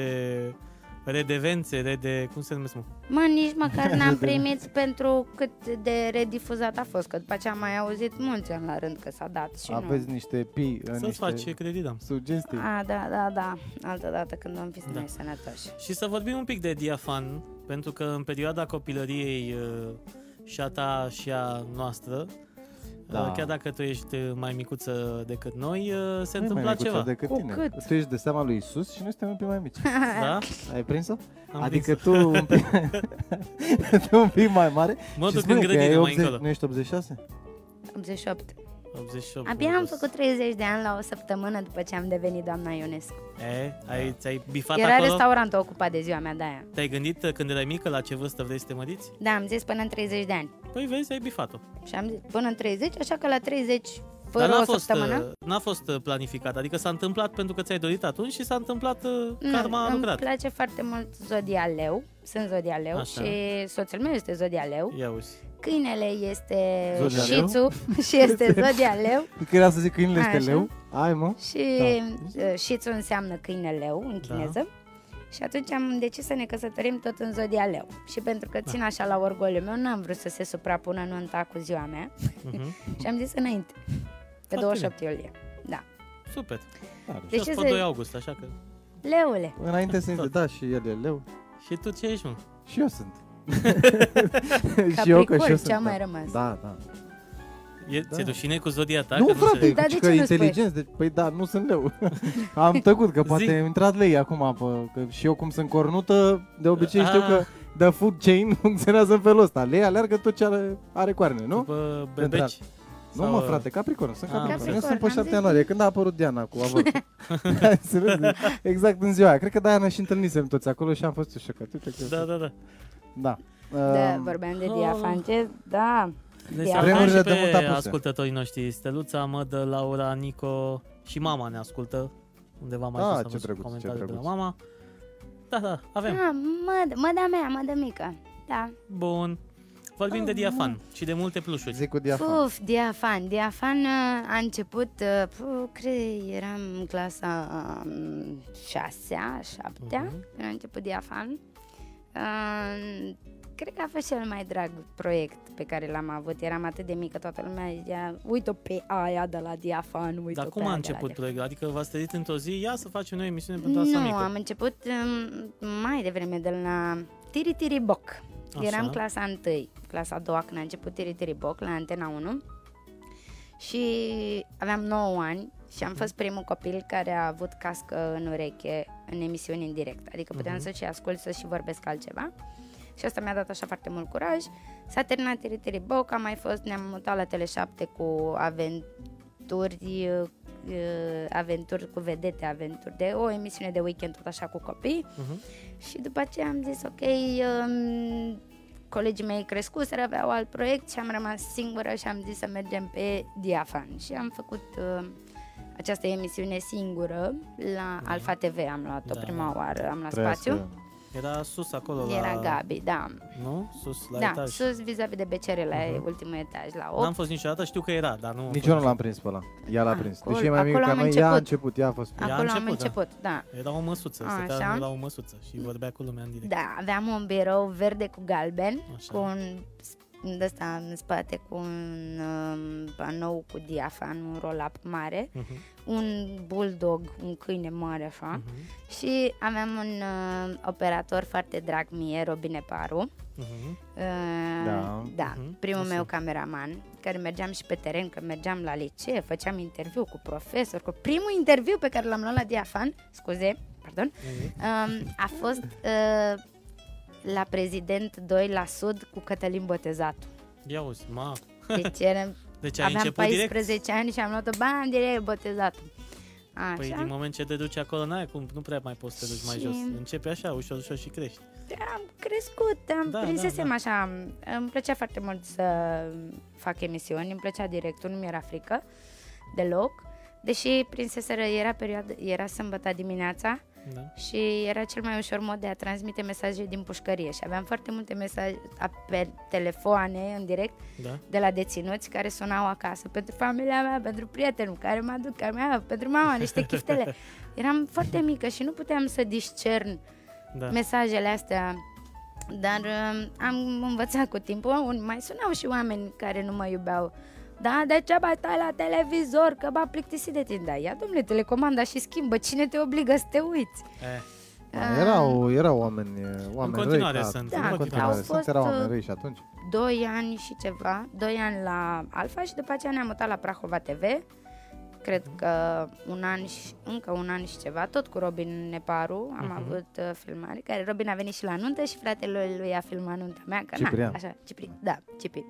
redevențe, rede... cum se numesc, mă? Mă, nici măcar n-am primit pentru cât de redifuzat a fost, că după ce am mai auzit mulți ani la rând că s-a dat și nu. Aveți niște pi, Să-ți niște faci credit, am. sugestii. A, da, da, da, altă dată când am fi Da. da. sănătoși. Și să vorbim un pic de diafan, pentru că în perioada copilăriei uh, și a ta și a noastră, Da. da. chiar dacă tu ești uh, mai micuță decât noi, uh, se Nu e mai întâmpla micuță ceva. De... Decât Cu tine. cât? Tu ești de seama lui Isus și noi suntem un pic mai mici. Da? Ai prins-o? Am adică tu un pic, tu un pic mai mare. Mă și duc spune în că ai grădină mai 80 încolo. Nu ești 86? 88. 88. Abia am plus. făcut 30 de ani la o săptămână după ce am devenit doamna Ionescu. E, ai, Da. ți-ai bifat Era acolo? restaurantul ocupat de ziua mea de aia. Te-ai gândit uh, când erai mică la ce vârstă vrei să te măriți? Da, am zis până în 30 de ani. Păi vezi, ai bifat-o. Și am zis până în 30, așa că la 30, Dar fără n-a o fost, săptămână... uh, n-a fost uh, planificat, adică s-a întâmplat pentru că ți-ai dorit atunci și s-a întâmplat uh, Nu, karma a Mm, îmi lucrat. place foarte mult zodia leu, sunt zodia leu Așa. și soțul meu este zodia leu. Ia uzi. Câinele este Zodia Shih leu? Tzu și este zodia leu Că era să zic câinile Hai, este așa. leu. Ai, mă. și Da. da. Shih Tzu înseamnă câine leu în Da. chineză. Și atunci am decis să ne căsătorim tot în zodia leu. Și pentru Da. că țin așa la orgoliu meu, n-am vrut să se suprapună nunta cu ziua mea. Mhm. Și am zis înainte, pe bine. 28 iulie. Da. Super. De Deci ce pe să- 2 august, așa că... Leule, Înainte să intre, da, și el e leu. Și tu ce ești, mă? Și eu sunt. și eu că Capricorn, și eu ce a sunt. mai Da. rămas. Da, da. E, da. Ți-e rușine cu zodia ta? nu, că frate, se- Dar de ci ce că nu spui? inteligenți, deci, păi da, nu sunt leu. Am tăcut, că poate Zi. a intrat lei acum, pă, că și eu cum sunt cornută, de obicei știu Ah. că the food chain funcționează în felul ăsta. Lei aleargă tot ce are, are coarne, nu? După bebeci? Nu, mă, frate, Capricorn, sunt Ah, Capricorn. Eu Capricorn, sunt pe am 7 zis. ianuarie, când a apărut Diana cu avortul. Da, ai înțeles? exact în ziua aia. Cred că de-aia ne și întâlnisem toți acolo și am fost eu șocat. Uite că... Da, da, da. da. Da, Um, vorbeam de oh. diafan, ce? Da. Deci Ia. avem Vremurile și de mult pe apuse. ascultătorii noștri. Steluța, Mădă, Laura, Nico și mama ne ascultă. Undeva mai Ah, sus am ce văzut drăguț, ce comentarii de la drăguț. mama. Da, da, avem. Ah, mădă, măda mea, măda mică. Da. Bun. Vorbim Ah, de diafan și de multe plușuri. Zic cu diafan. Puf, diafan. Diafan uh, a început, uh, puf, cred, eram în clasa um, șasea, șaptea, Mhm. uh-huh. când a început diafan. Uh, cred că a fost cel mai drag proiect pe care l-am avut. Eram atât de mică, toată lumea zicea, uite-o pe aia de la diafan, uite-o Dar pe cum aia a de la început diafan. proiectul? Adică v-ați trezit într-o zi, ia să facem noi emisiune pentru asta Nu, mică. am început um, mai devreme de la Tiri Tiri Boc. Așa. Eram clasa 1, clasa a doua când a început Tiri Tiri Boc la Antena 1 și aveam 9 ani și am fost primul copil care a avut cască în ureche în emisiuni în direct. Adică puteam să și ascult, să și vorbesc altceva. Și asta mi-a dat așa foarte mult curaj. S-a terminat Tiri Tiri Boc, am mai fost, ne-am mutat la Tele7 cu aventuri, uh, aventuri cu vedete, aventuri de o emisiune de weekend tot așa cu copii. Mhm. Și după aceea am zis, ok, um, colegii mei crescuseră, aveau alt proiect și am rămas singură și am zis să mergem pe Diafan. Și am făcut um, această emisiune singură la Da. Alfa TV, am luat-o Da, prima oară, am luat Trebuie spațiu. Era sus acolo Era la... Gabi, da. Nu? Sus, la da, etaj. sus vis-a-vis de BCR la Mhm. ultimul etaj, la 8. N-am fost niciodată, știu că era, dar nu... Nici eu nu l-am prins pe ăla. Ea l-a prins. Ah, Acolo- Deși e mai mică acolo ca am noi, ea a început. început, ea a fost. Ea a Acolo am început, da. început, da. Era o măsuță, A, stătea așa. la o măsuță și vorbea cu lumea în direct. Da, aveam un birou verde cu galben, Așa. cu un de ăsta în spate cu un um, panou cu diafan, un roll-up mare, Mhm, un bulldog, un câine mare așa mhm, și aveam un uh, operator foarte drag mie, Robine Paru. mhm. Uh, Da. da Mhm, primul așa. meu cameraman, care mergeam și pe teren, că mergeam la licee, făceam interviu cu profesor, cu primul interviu pe care l-am luat la Diafan, scuze, pardon, Mhm. Um, a eh, fost uh, la prezident 2 la sud cu Cătălin Botezatu. Ia uzi, ma. Deci eram, Deci ai aveam început direct? 14 ani și am luat-o, bani, direct botezat. Așa. Păi din moment ce te duci acolo, n-ai cum, nu prea mai poți să te duci mai Și- jos. Începi așa, ușor, ușor și crești. am crescut, am Da, da, da, prinsesem da. da, așa, îmi plăcea foarte mult să fac emisiuni, îmi plăcea directul, nu mi-era frică deloc, deși prinseseră era perioadă, era sâmbătă dimineața Da. și era cel mai ușor mod de a transmite mesaje din pușcărie și aveam foarte multe mesaje a- pe telefoane în direct Da. de la deținuți care sunau acasă pentru familia mea, pentru prietenul care mă aduc, care mea, pentru mama, niște chiftele. Eram foarte mică și nu puteam să discern uh, Da. mesajele astea. Dar um, am învățat cu timpul, un- mai sunau și oameni care nu mă iubeau. Da, degeaba stai la televizor, că m-a plictisit de tine. Da, ia domnule, telecomanda și schimbă, cine te obligă să te uiți? Eh, Da, erau, erau oameni, oameni continuare răi, ca- sunt, în în continuare. continuare Ah. Au sunt, fost, erau uh, oameni răi și atunci. Doi ani și ceva, doi ani la Alfa și după aceea ne-am mutat la Prahova TV. Cred că un an și, încă un an și ceva, tot cu Robin Neparu am Mhm. avut uh, filmare, care Robin a venit și la nuntă și fratele lui a filmat nunta mea, că Ciprian. Na, așa, Cipri, da, Cipri.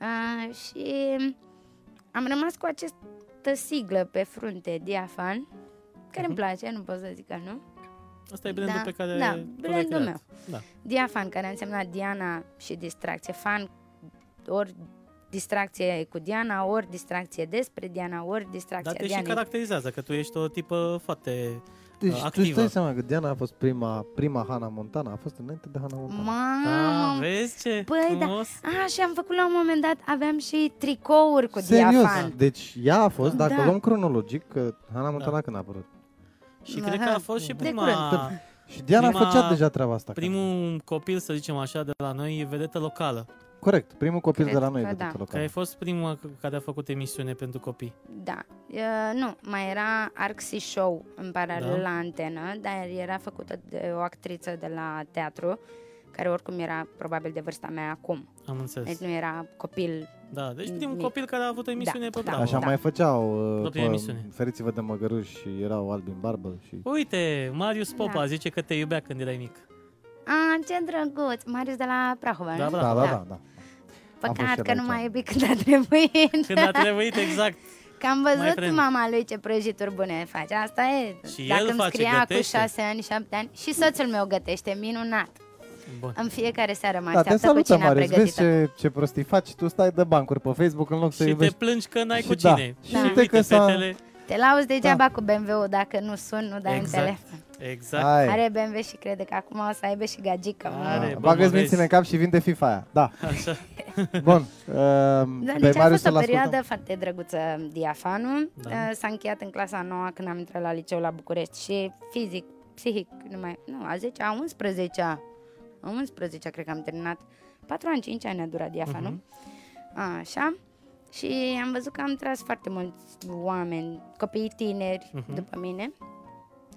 Uh, și am rămas cu această siglă pe frunte, Diafan, care îmi place, nu pot să zic că nu. Asta e brandul Da, pe care da, tu l-ai brandul creat. meu. Da. Diafan, care a însemnat Diana și distracție. Fan ori distracție cu Diana, ori distracție despre Diana, ori distracția Dar te și Dianei. caracterizează, că tu ești o tipă foarte... Deci tu activă. îți dai seama că Diana a fost prima, prima Hannah Montana, a fost înainte de Hannah Montana. Da, Mamă! vezi ce Păi, Mm. da. frumos? A, și am făcut la un moment dat, aveam și tricouri cu Serios, Diafan. deci ea a fost, dacă Da. luăm cronologic, că Hannah Da. Montana când a apărut. Și Aha. cred că a fost și De prima, curând. Și Diana Prima- făcea deja treaba asta. primul copil, să zicem așa, de la noi, e vedetă locală. Corect, primul copil Cred de la că noi, da. vedetă Care locală. ai fost prima c- care a făcut emisiune pentru copii. Da. Uh, nu, mai era Arxi Show în paralel Da. da. la antenă, dar era făcută de o actriță de la teatru, care oricum era probabil de vârsta mea acum. Am înțeles. Deci nu era copil. Da, deci primul Mic. copil care a avut o emisiune Da, pe da. Bravo. Așa Da. mai făceau, uh, Propria pă, emisiune. feriți-vă de măgăruși și erau Albin Barbă și... Uite, Marius Popa Da. zice că te iubea când erai mic. A, ce drăguț! Marius de la Prahova, Da, nu? bravo. Da, da, da, da. fost și Păcat el că nu aici. mai iubi când a trebuit. Când a trebuit, exact. Că am Mai văzut friend. mama lui ce prăjituri bune face. Asta e. Și Dacă el îmi face, scria gătește. cu șase ani, șapte ani. Și soțul meu gătește, minunat. Bun. În fiecare seară mă Da, te așteaptă cu salută, cina Marius, vezi pregătită. ce, ce prostii faci, tu stai de bancuri pe Facebook în loc să și te iubești. plângi că n-ai Și cu da. cine. Și Și uite uite că s-a- fetele. Te lauzi degeaba cu BMW-ul dacă nu sun, nu dai Exact. în telefon. Exact. Hai. Are BMW și crede că acum o să aibă și gagică. Ah, mă. Are, Da, bă, mă Bagă-ți vezi. mințile în cap și vinde FIFA aia. Da, Așa. bun. Uh, Da, pe deci Marius a fost o să-l ascultăm. perioadă foarte drăguță diafanul. Da. Da. S-a încheiat în clasa 9 când am intrat la liceu la București și fizic, psihic, nu mai, nu, a 10 a 11 a 11 cred că am terminat. 4 ani, 5 ani a durat diafanul. Mhm. Uh-huh. Așa. Și am văzut că am tras foarte mulți oameni, copii tineri Mhm. uh-huh. după mine.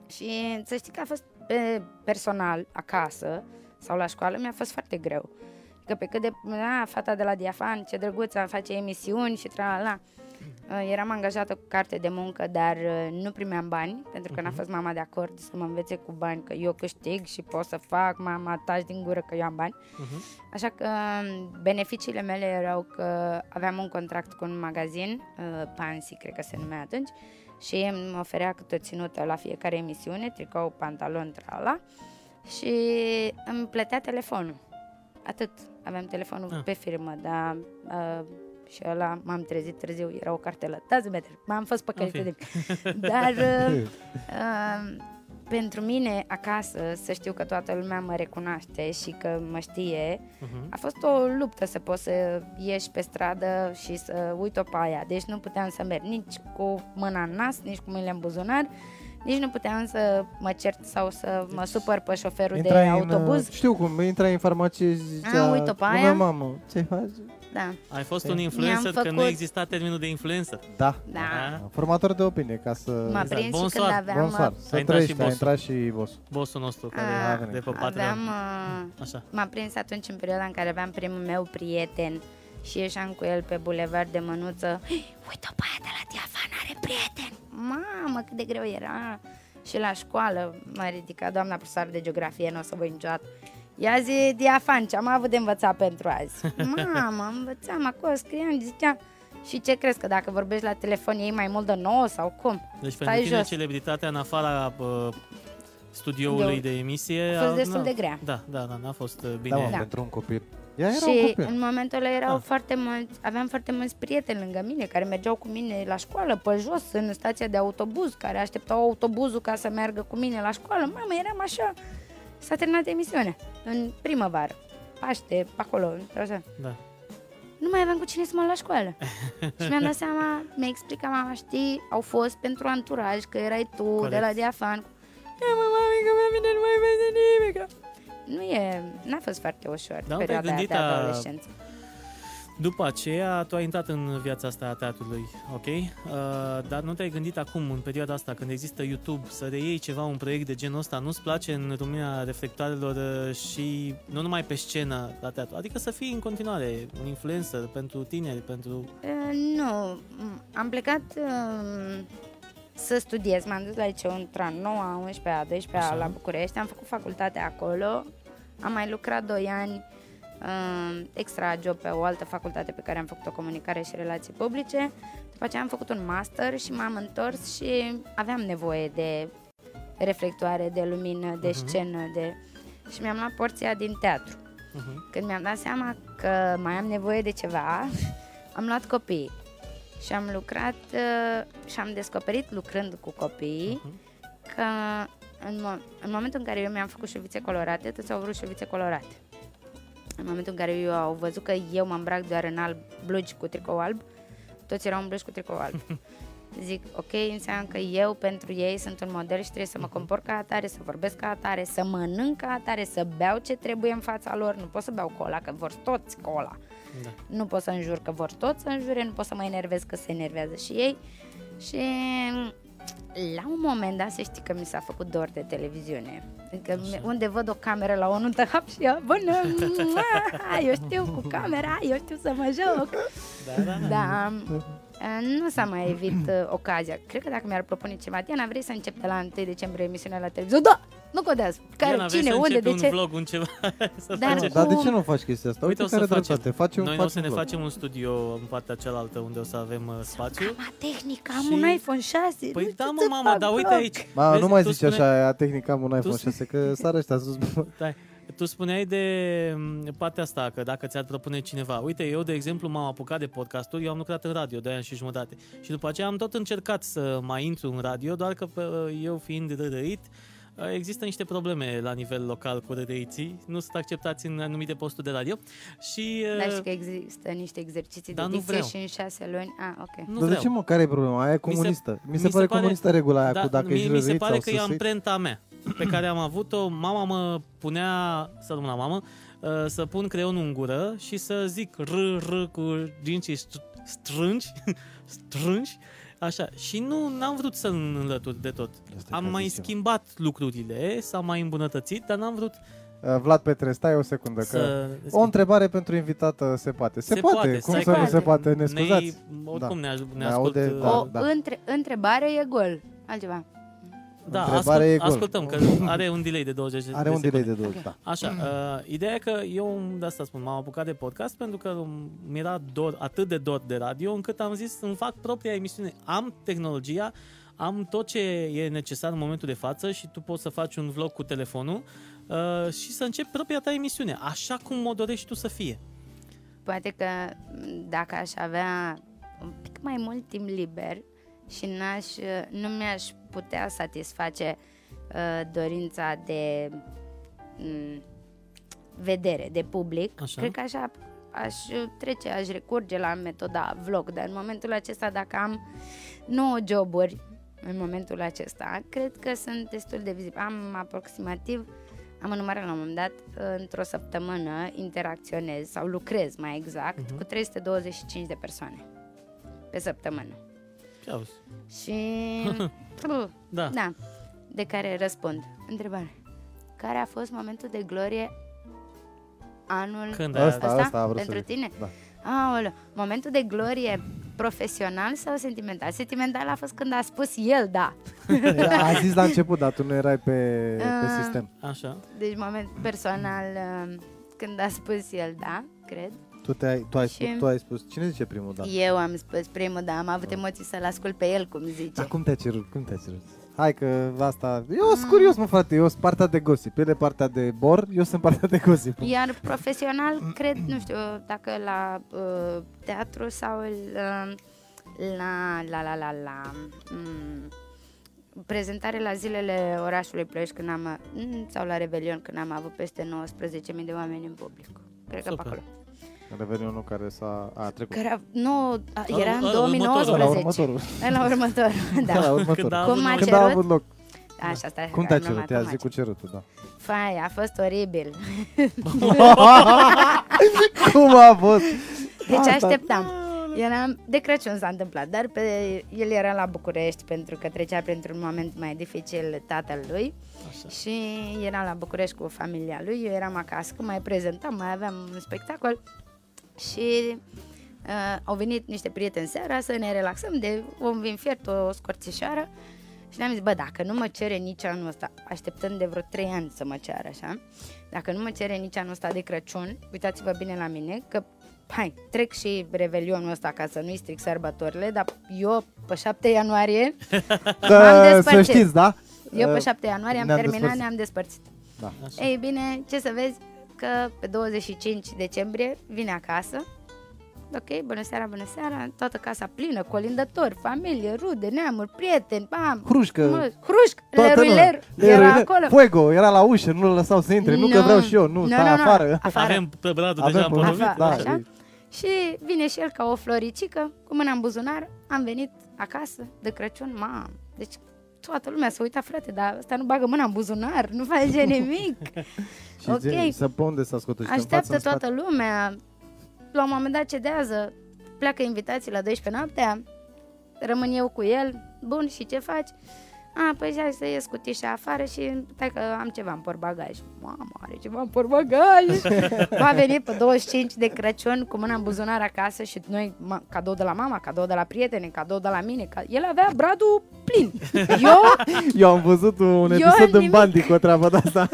Și să știi că a fost pe personal, acasă sau la școală, mi-a fost foarte greu. Că pe cât de... A, fata de la Diafan, ce drăguță, face emisiuni și tra la Eram angajată cu carte de muncă, dar uh, nu primeam bani, pentru că n-a fost mama de acord să mă învețe cu bani, că eu câștig și pot să fac, mama taci din gură că eu am bani. Mhm. Așa că um, beneficiile mele erau că aveam un contract cu un magazin, uh, Pansy cred că se numea atunci, și ei îmi oferea câte o ținută la fiecare emisiune, tricou, pantalon, trala, și îmi plătea telefonul. Atât. Aveam telefonul Ah. ah. pe firmă, dar uh, și ăla m-am trezit târziu, era o cartelă. Da, Zmeter, m-am fost păcălită În de Dar uh, uh, pentru mine acasă, să știu că toată lumea mă recunoaște și că mă știe, Mhm. a fost o luptă să poți să ieși pe stradă și să uit-o pe aia. Deci nu puteam să merg nici cu mâna în nas, nici cu mâinile în buzunar, nici nu puteam să mă cert sau să Deci mă supăr pe șoferul de Intrai în, autobuz. uh, Știu cum, intrai în farmacie și zicea, A, uite-o pe "Bună, aia." mamă, ce faci? Da, Ai fost un influencer, Mi-am că nu făcut- exista termenul de influencer. Da. da. Da. Formator de opinie, ca să... M-a Exact. prins și Bonsoir. când aveam... uh, Bun soar, A intrat să și trăiești, a bossul. intrat și boss. Bossul nostru, Ah, care e de pe aveam Patreon. uh, Așa. M-a prins atunci în perioada în care aveam primul meu prieten și ieșeam cu el pe bulevard de mânuță. "Hei, Uite-o pe aia de la Diafan, are prieten! Mamă, cât de greu era! Și la școală m-a ridicat doamna profesor de geografie, nu o să voi niciodată. Ia zi diafan, ce am avut de învățat pentru azi. Mama, învățam acolo, scriam, ziceam, și ce crezi că dacă vorbești la telefon ei mai mult de 9 sau cum? Deci pentru Stai tine jos. celebritatea în afara uh, studioului de, De- emisie a fost destul na- de grea. Da, da, da, n-a fost uh, Da, bine. mă, Da. pentru un copil. Ea era un și copil. în momentul ăla erau Da. foarte mulți, aveam foarte mulți prieteni lângă mine care mergeau cu mine la școală, pe jos, în stația de autobuz, care așteptau autobuzul ca să meargă cu mine la școală. Mamă, eram așa. S-a terminat emisiunea în primăvară. Paște, pe acolo, așa. Da. nu mai aveam cu cine să mă la școală. și mi-am dat seama, mi-a explicat mama, știi, au fost pentru anturaj, că erai tu, Corect. de Corect. la Diafan. Ia mă, mami, că pe mine nu mai vede nimic. Nu e, n-a fost foarte ușor Da, te-ai perioada aia gândit de la- adolescență. După aceea, tu ai intrat în viața asta a teatrului, ok? Uh, dar nu te-ai gândit acum, în perioada asta, când există YouTube, să reiei ceva, un proiect de genul ăsta? Nu-ți place în lumina reflectoarelor uh, și nu numai pe scenă la teatru? Adică să fii în continuare un influencer pentru tineri, pentru... Uh, nu, m- am plecat um, să studiez. M-am dus la liceu între a 9, a 11, a 12 Așa. la București. Am făcut facultatea acolo. Am mai lucrat 2 ani um, extra job pe o altă facultate pe care am făcut-o comunicare și relații publice. După aceea am făcut un master și m-am întors și aveam nevoie de reflectoare, de lumină, de scenă, de... Și mi-am luat porția din teatru. Uh-huh. Când mi-am dat seama că mai am nevoie de ceva, am luat copiii și am lucrat uh, și am descoperit lucrând cu copiii că în, mo- în momentul în care eu mi-am făcut șuvițe colorate, toți au vrut șuvițe colorate. În momentul în care eu au văzut că eu mă îmbrac doar în alb, blugi cu tricou alb, toți erau în blugi cu tricou alb. Zic, ok, înseamnă că eu pentru ei sunt un model și trebuie să mă comport ca atare, să vorbesc ca atare, să mănânc ca atare, să beau ce trebuie în fața lor. Nu pot să beau cola, că vor toți cola. Da. Nu pot să înjur, că vor toți să înjure, nu pot să mă enervez, că se enervează și ei. Și mm, la un moment dat să știi că mi s-a făcut dor de televiziune. Adică mi- unde văd o cameră la o nuntă, hap și eu, bună, mua, eu știu cu camera, eu știu să mă joc. Da, da, da. Da, nu s-a mai evit uh, ocazia. Cred că dacă mi-ar propune ceva, Diana, vrei să încep de la 1 decembrie emisiunea la televizor? Da! Nu contează. Care, Iana, vrei cine, să unde, începi de ce? Da. un vlog, un ceva? să Dar- facem? Cu- Dar de ce nu faci chestia asta? Uite, Uite, o să care facem. dreptate. Facem, Noi o facem să ne vlog. facem un studio în partea cealaltă unde o să avem uh, spațiu. Cama tehnică, am Și- un iPhone 6. nu Păi știu da, mă, să mama, fac dar uite loc. aici. Ma, vezi, nu mai tu zici spune- așa, aia tehnica am un iPhone spune- 6, că sar ăștia sus. Stai. Tu spuneai de m, partea asta, că dacă ți-ar propune cineva. Uite, eu, de exemplu, m-am apucat de podcasturi, eu am lucrat în radio de ani și jumătate. Și după aceea am tot încercat să mai intru în radio, doar că pă, eu fiind rădărit, există niște probleme la nivel local cu rădăiții. Nu sunt acceptați în anumite posturi de radio. Și... Dar uh, știi că există niște exerciții Dar de nu dicție vreau. și în șase luni. Ah, ok. nu Dar de vreau. ce mă, care e problema? Aia e comunistă. Mi se, pare comunistă regula aia cu dacă mie, ești da, mi se răzit pare sau că e susit. amprenta mea pe care am avut-o. Mama mă punea, să rămân la mamă, uh, să pun creionul în gură și să zic r, r cu dinții str- strângi, strângi, așa. Și nu n-am vrut să înlătur de tot. Asta e Am mai tradiția. schimbat lucrurile, s-a mai îmbunătățit, dar n-am vrut Uh, Vlad Petre, stai o secundă, că... să... O întrebare pentru invitată se poate. Se, poate, cum stai să că nu se poate, ne Ne, scuzați? Da. oricum ne, ne, Ne ne ascult, aude, uh, Da, o da. Între, întrebare e gol. Altceva. Da, ascult, Întrebarea e gol. ascultăm, că are un delay de 20 de Are un secunde. delay de 20, Ok. da. Așa, uh, ideea e că eu, de asta spun, m-am apucat de podcast pentru că um, mi-era dor, atât de dor de radio, încât am zis îmi fac propria emisiune. Am tehnologia, am tot ce e necesar în momentul de față și tu poți să faci un vlog cu telefonul uh, și să începi propria ta emisiune, așa cum o dorești tu să fie. Poate că m, dacă aș avea un pic mai mult timp liber și n-aș, nu mi-aș putea satisface uh, dorința de m, mm, vedere, de public, Așa. cred că așa aș trece, aș recurge la metoda vlog, dar în momentul acesta dacă am 9 joburi în momentul acesta, cred că sunt destul de vizibil. Am aproximativ, am numărat la un moment dat, într-o săptămână interacționez sau lucrez mai exact cu 325 de persoane pe săptămână. Ce auzi? Și... Puh, Da. da. De care răspund. Întrebare. Care a fost momentul de glorie anul Când ai Asta, asta a vrut să pentru zic. tine? Da. Aoleu, momentul de glorie profesional sau sentimental? Sentimental a fost când a spus el da. A zis la început, dar tu nu erai pe, pe Ah. sistem. Așa. Deci, moment personal, uh, când a spus el da, cred. Tu, te-ai, tu, ai Și- spus, tu ai spus, cine zice primul da? Eu am spus primul da, am avut emoții să-l ascult pe el, cum zice. Dar cum te-a cerut? Cum te-a cerut? Hai că asta... Eu sunt curios, mă, frate, eu sunt partea de gossip. El e partea de bor, eu sunt partea de gossip. Iar Mm. profesional, cred, nu știu, dacă la uh, teatru sau la la la la la, la mm, prezentare la zilele orașului Ploiești când am, mm, sau la Revelion când am avut peste 19.000 de oameni în public. Cred că Super. pe acolo. Revenionul care s-a... A, a trecut. Care a, nu, a, era în Ăla- ăla Da, la 2019. următorul. La următor, Da, la da. următorul. Când a avut Cum a loc. Când a cerut? avut loc. Așa, stai. Cum că te-a am cerut? luat Te-a acum. zis cu cerutul, da. Fai, a fost oribil. Cum a fost? Deci Asta- așteptam. Eram, de Crăciun s-a întâmplat, dar pe, el era la București pentru că trecea printr-un moment mai dificil tatălui Așa. și era la București cu familia lui, eu eram acasă, mai prezentam, mai aveam un spectacol și uh, au venit niște prieteni seara să ne relaxăm de un vin fiert, o scorțișoară și ne-am zis, bă, dacă nu mă cere nici anul ăsta, așteptând de vreo 3 ani să mă ceară așa, dacă nu mă cere nici anul ăsta de Crăciun, uitați-vă bine la mine, că hai, trec și revelionul ăsta ca să nu-i stric sărbătorile, dar eu pe 7 ianuarie, M-am Da, să despărțit. știți, da? eu pe Uh, 7 ianuarie am ne-am terminat, despărțit. ne-am despărțit. Da. Așa. Ei bine, ce să vezi că pe 25 decembrie vine acasă. Ok, bună seara, bună seara, toată casa plină, colindători, familie, rude, neamuri, prieteni, bam, Hrușcă. mă, hrușc, Toată lumea. leruiler, Leru, era leru. acolo. Fuego, era la ușă, nu-l lăsau să intre, nu că Nu. vreau și eu, nu, Nu, stai nu, nu. afară. Afară. Avem pe bradul Avem deja pe împolovit. Afară, da, așa. e- Și vine și el ca o floricică, cu mâna în buzunar, am venit acasă de Crăciun, mam, deci toată lumea s-a uitat, frate, dar ăsta nu bagă mâna în buzunar, nu face nimic. Și okay. Ok. să pe unde s-a scotă și Așteaptă în față, toată lumea. La un moment dat cedează, pleacă invitații la 12 noaptea, rămân eu cu el, bun, și ce faci? A, păi hai să ies cu tișa afară și stai că am ceva în porbagaj. Mamă, are ceva în porbagaj! Va veni pe 25 de Crăciun cu mâna în buzunar acasă și noi, ma, cadou de la mama, cadou de la prieteni, cadou de la mine. Ca... El avea bradul plin. Eu, în față. Eu am văzut un Eu episod în nimic. Bandi cu o treabă de asta.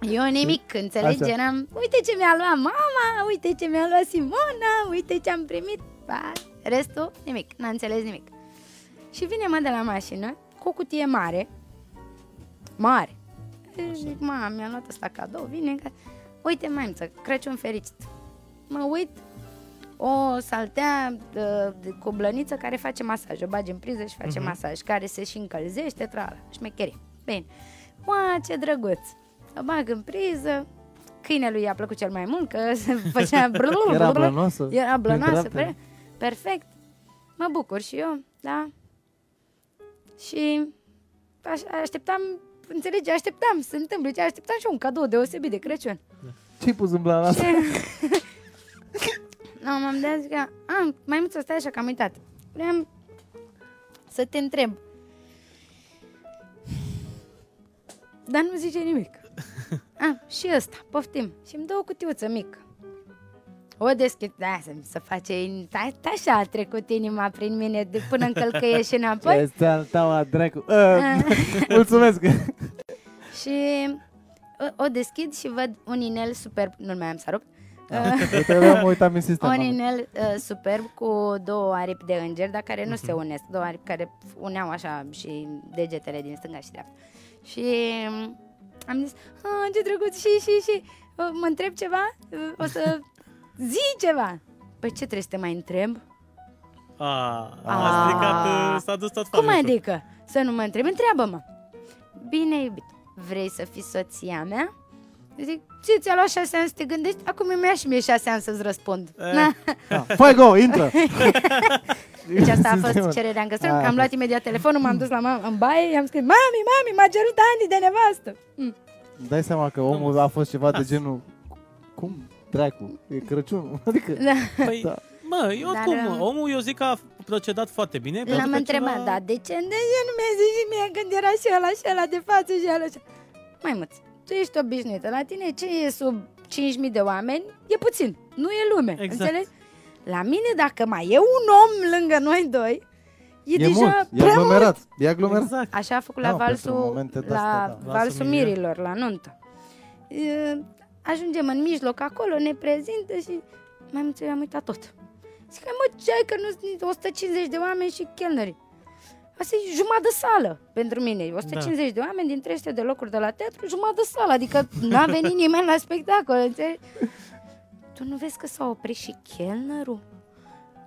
eu nimic, înțelegi? Așa. Eram, uite ce mi-a luat mama, uite ce mi-a luat Simona, uite ce am primit. Ba, restul, nimic, n-a înțeles nimic. Și vine mă de la mașină cu o cutie mare, mare. Eu Zic, ma, mi-a luat asta cadou, vine. Ca... Uite, maimuță, Crăciun fericit. Mă uit, o saltea ă, de, de, cu blăniță care face masaj. O bagi în priză și face masaj, care se și încălzește, trala, șmecherie. Bine. Ua, ce drăguț! O bag în priză, câinelui i-a plăcut cel mai mult, că se făcea... brul, Era brul, blănoasă. Era blănoasă, Printre altele. pre- perfect. Mă bucur și eu, da? Și aș- așteptam, înțelege, așteptam să se întâmple, ce așteptam și eu un cadou deosebit de Crăciun. Ce-ai pus în blana asta? No, m-am dat zic că, am, mai mult să stai așa că am uitat. Vreau să te întreb. Dar nu zice nimic. A, și ăsta, poftim. Și îmi dă o cutiuță mică. O deschid, da, să, să face, in- ta, ta așa a trecut inima prin mine de până în călcăie și înapoi. Este al tău la dracu. Ah, Mulțumesc. și o, o deschid și văd un inel superb, nu-l mai am să rup, Eu trebuie mă uitam în sistem. Un mamă. inel uh, superb cu două aripi de înger, dar care nu se unesc. Două aripi care uneau așa și degetele din stânga și dreapta. Și um, am zis, "Ah, ce drăguț, și, și, și, Uh, mă întreb ceva? Uh, O să zi ceva. Păi ce trebuie să te mai întreb? A, A. a stricat, uh, s-a dus tot Cum familia. adică? Să nu mă întreb? Întreabă-mă. Bine, iubit, vrei să fii soția mea? Zic, ție ți-a luat șase ani să te gândești? Acum îmi ia și mie șase ani să-ți răspund. Na. Da. Fuego, intră! Deci asta a Sistemul. fost cererea în căsătorie. Aia a Am luat imediat telefonul, m-am dus la mama în baie, i-am scris, mami, mami, m-a cerut Andy de nevastă. Mm. Dai seama că omul a fost ceva Da. de genul... Cum? Dracu, e Crăciun. Adică... Da. Păi, Da. mă, eu Dar, oricum, um, omul eu zic că a procedat foarte bine. pentru L-am că întrebat, ceva- da, de ce? De ce nu mi-a zis și mie când era și ăla, și ăla de față, și ăla, și Mai mult, tu ești obișnuită. La tine ce e sub 5.000 de oameni e puțin, nu e lume, Exact. înțelegi? La mine, dacă mai e un om lângă noi doi, e, deja mult, e prea mult. aglomerat, e aglomerat. Exact. Așa a făcut Da, la pentru valsul, momente de-astea, da. la Valsul valsul mirilor. mirilor, la nuntă. E, Ajungem în mijloc acolo, ne prezintă și mai mult am uitat tot. Zic, hai, mă, ce ai că nu sunt 150 de oameni și chelneri. Asta e jumătate de sală pentru Da. mine. 150 de oameni din 300 de locuri de la teatru, jumătate de sală. Adică n-a venit nimeni la spectacol, înțelegi? Tu nu vezi că s-a oprit și chelnerul?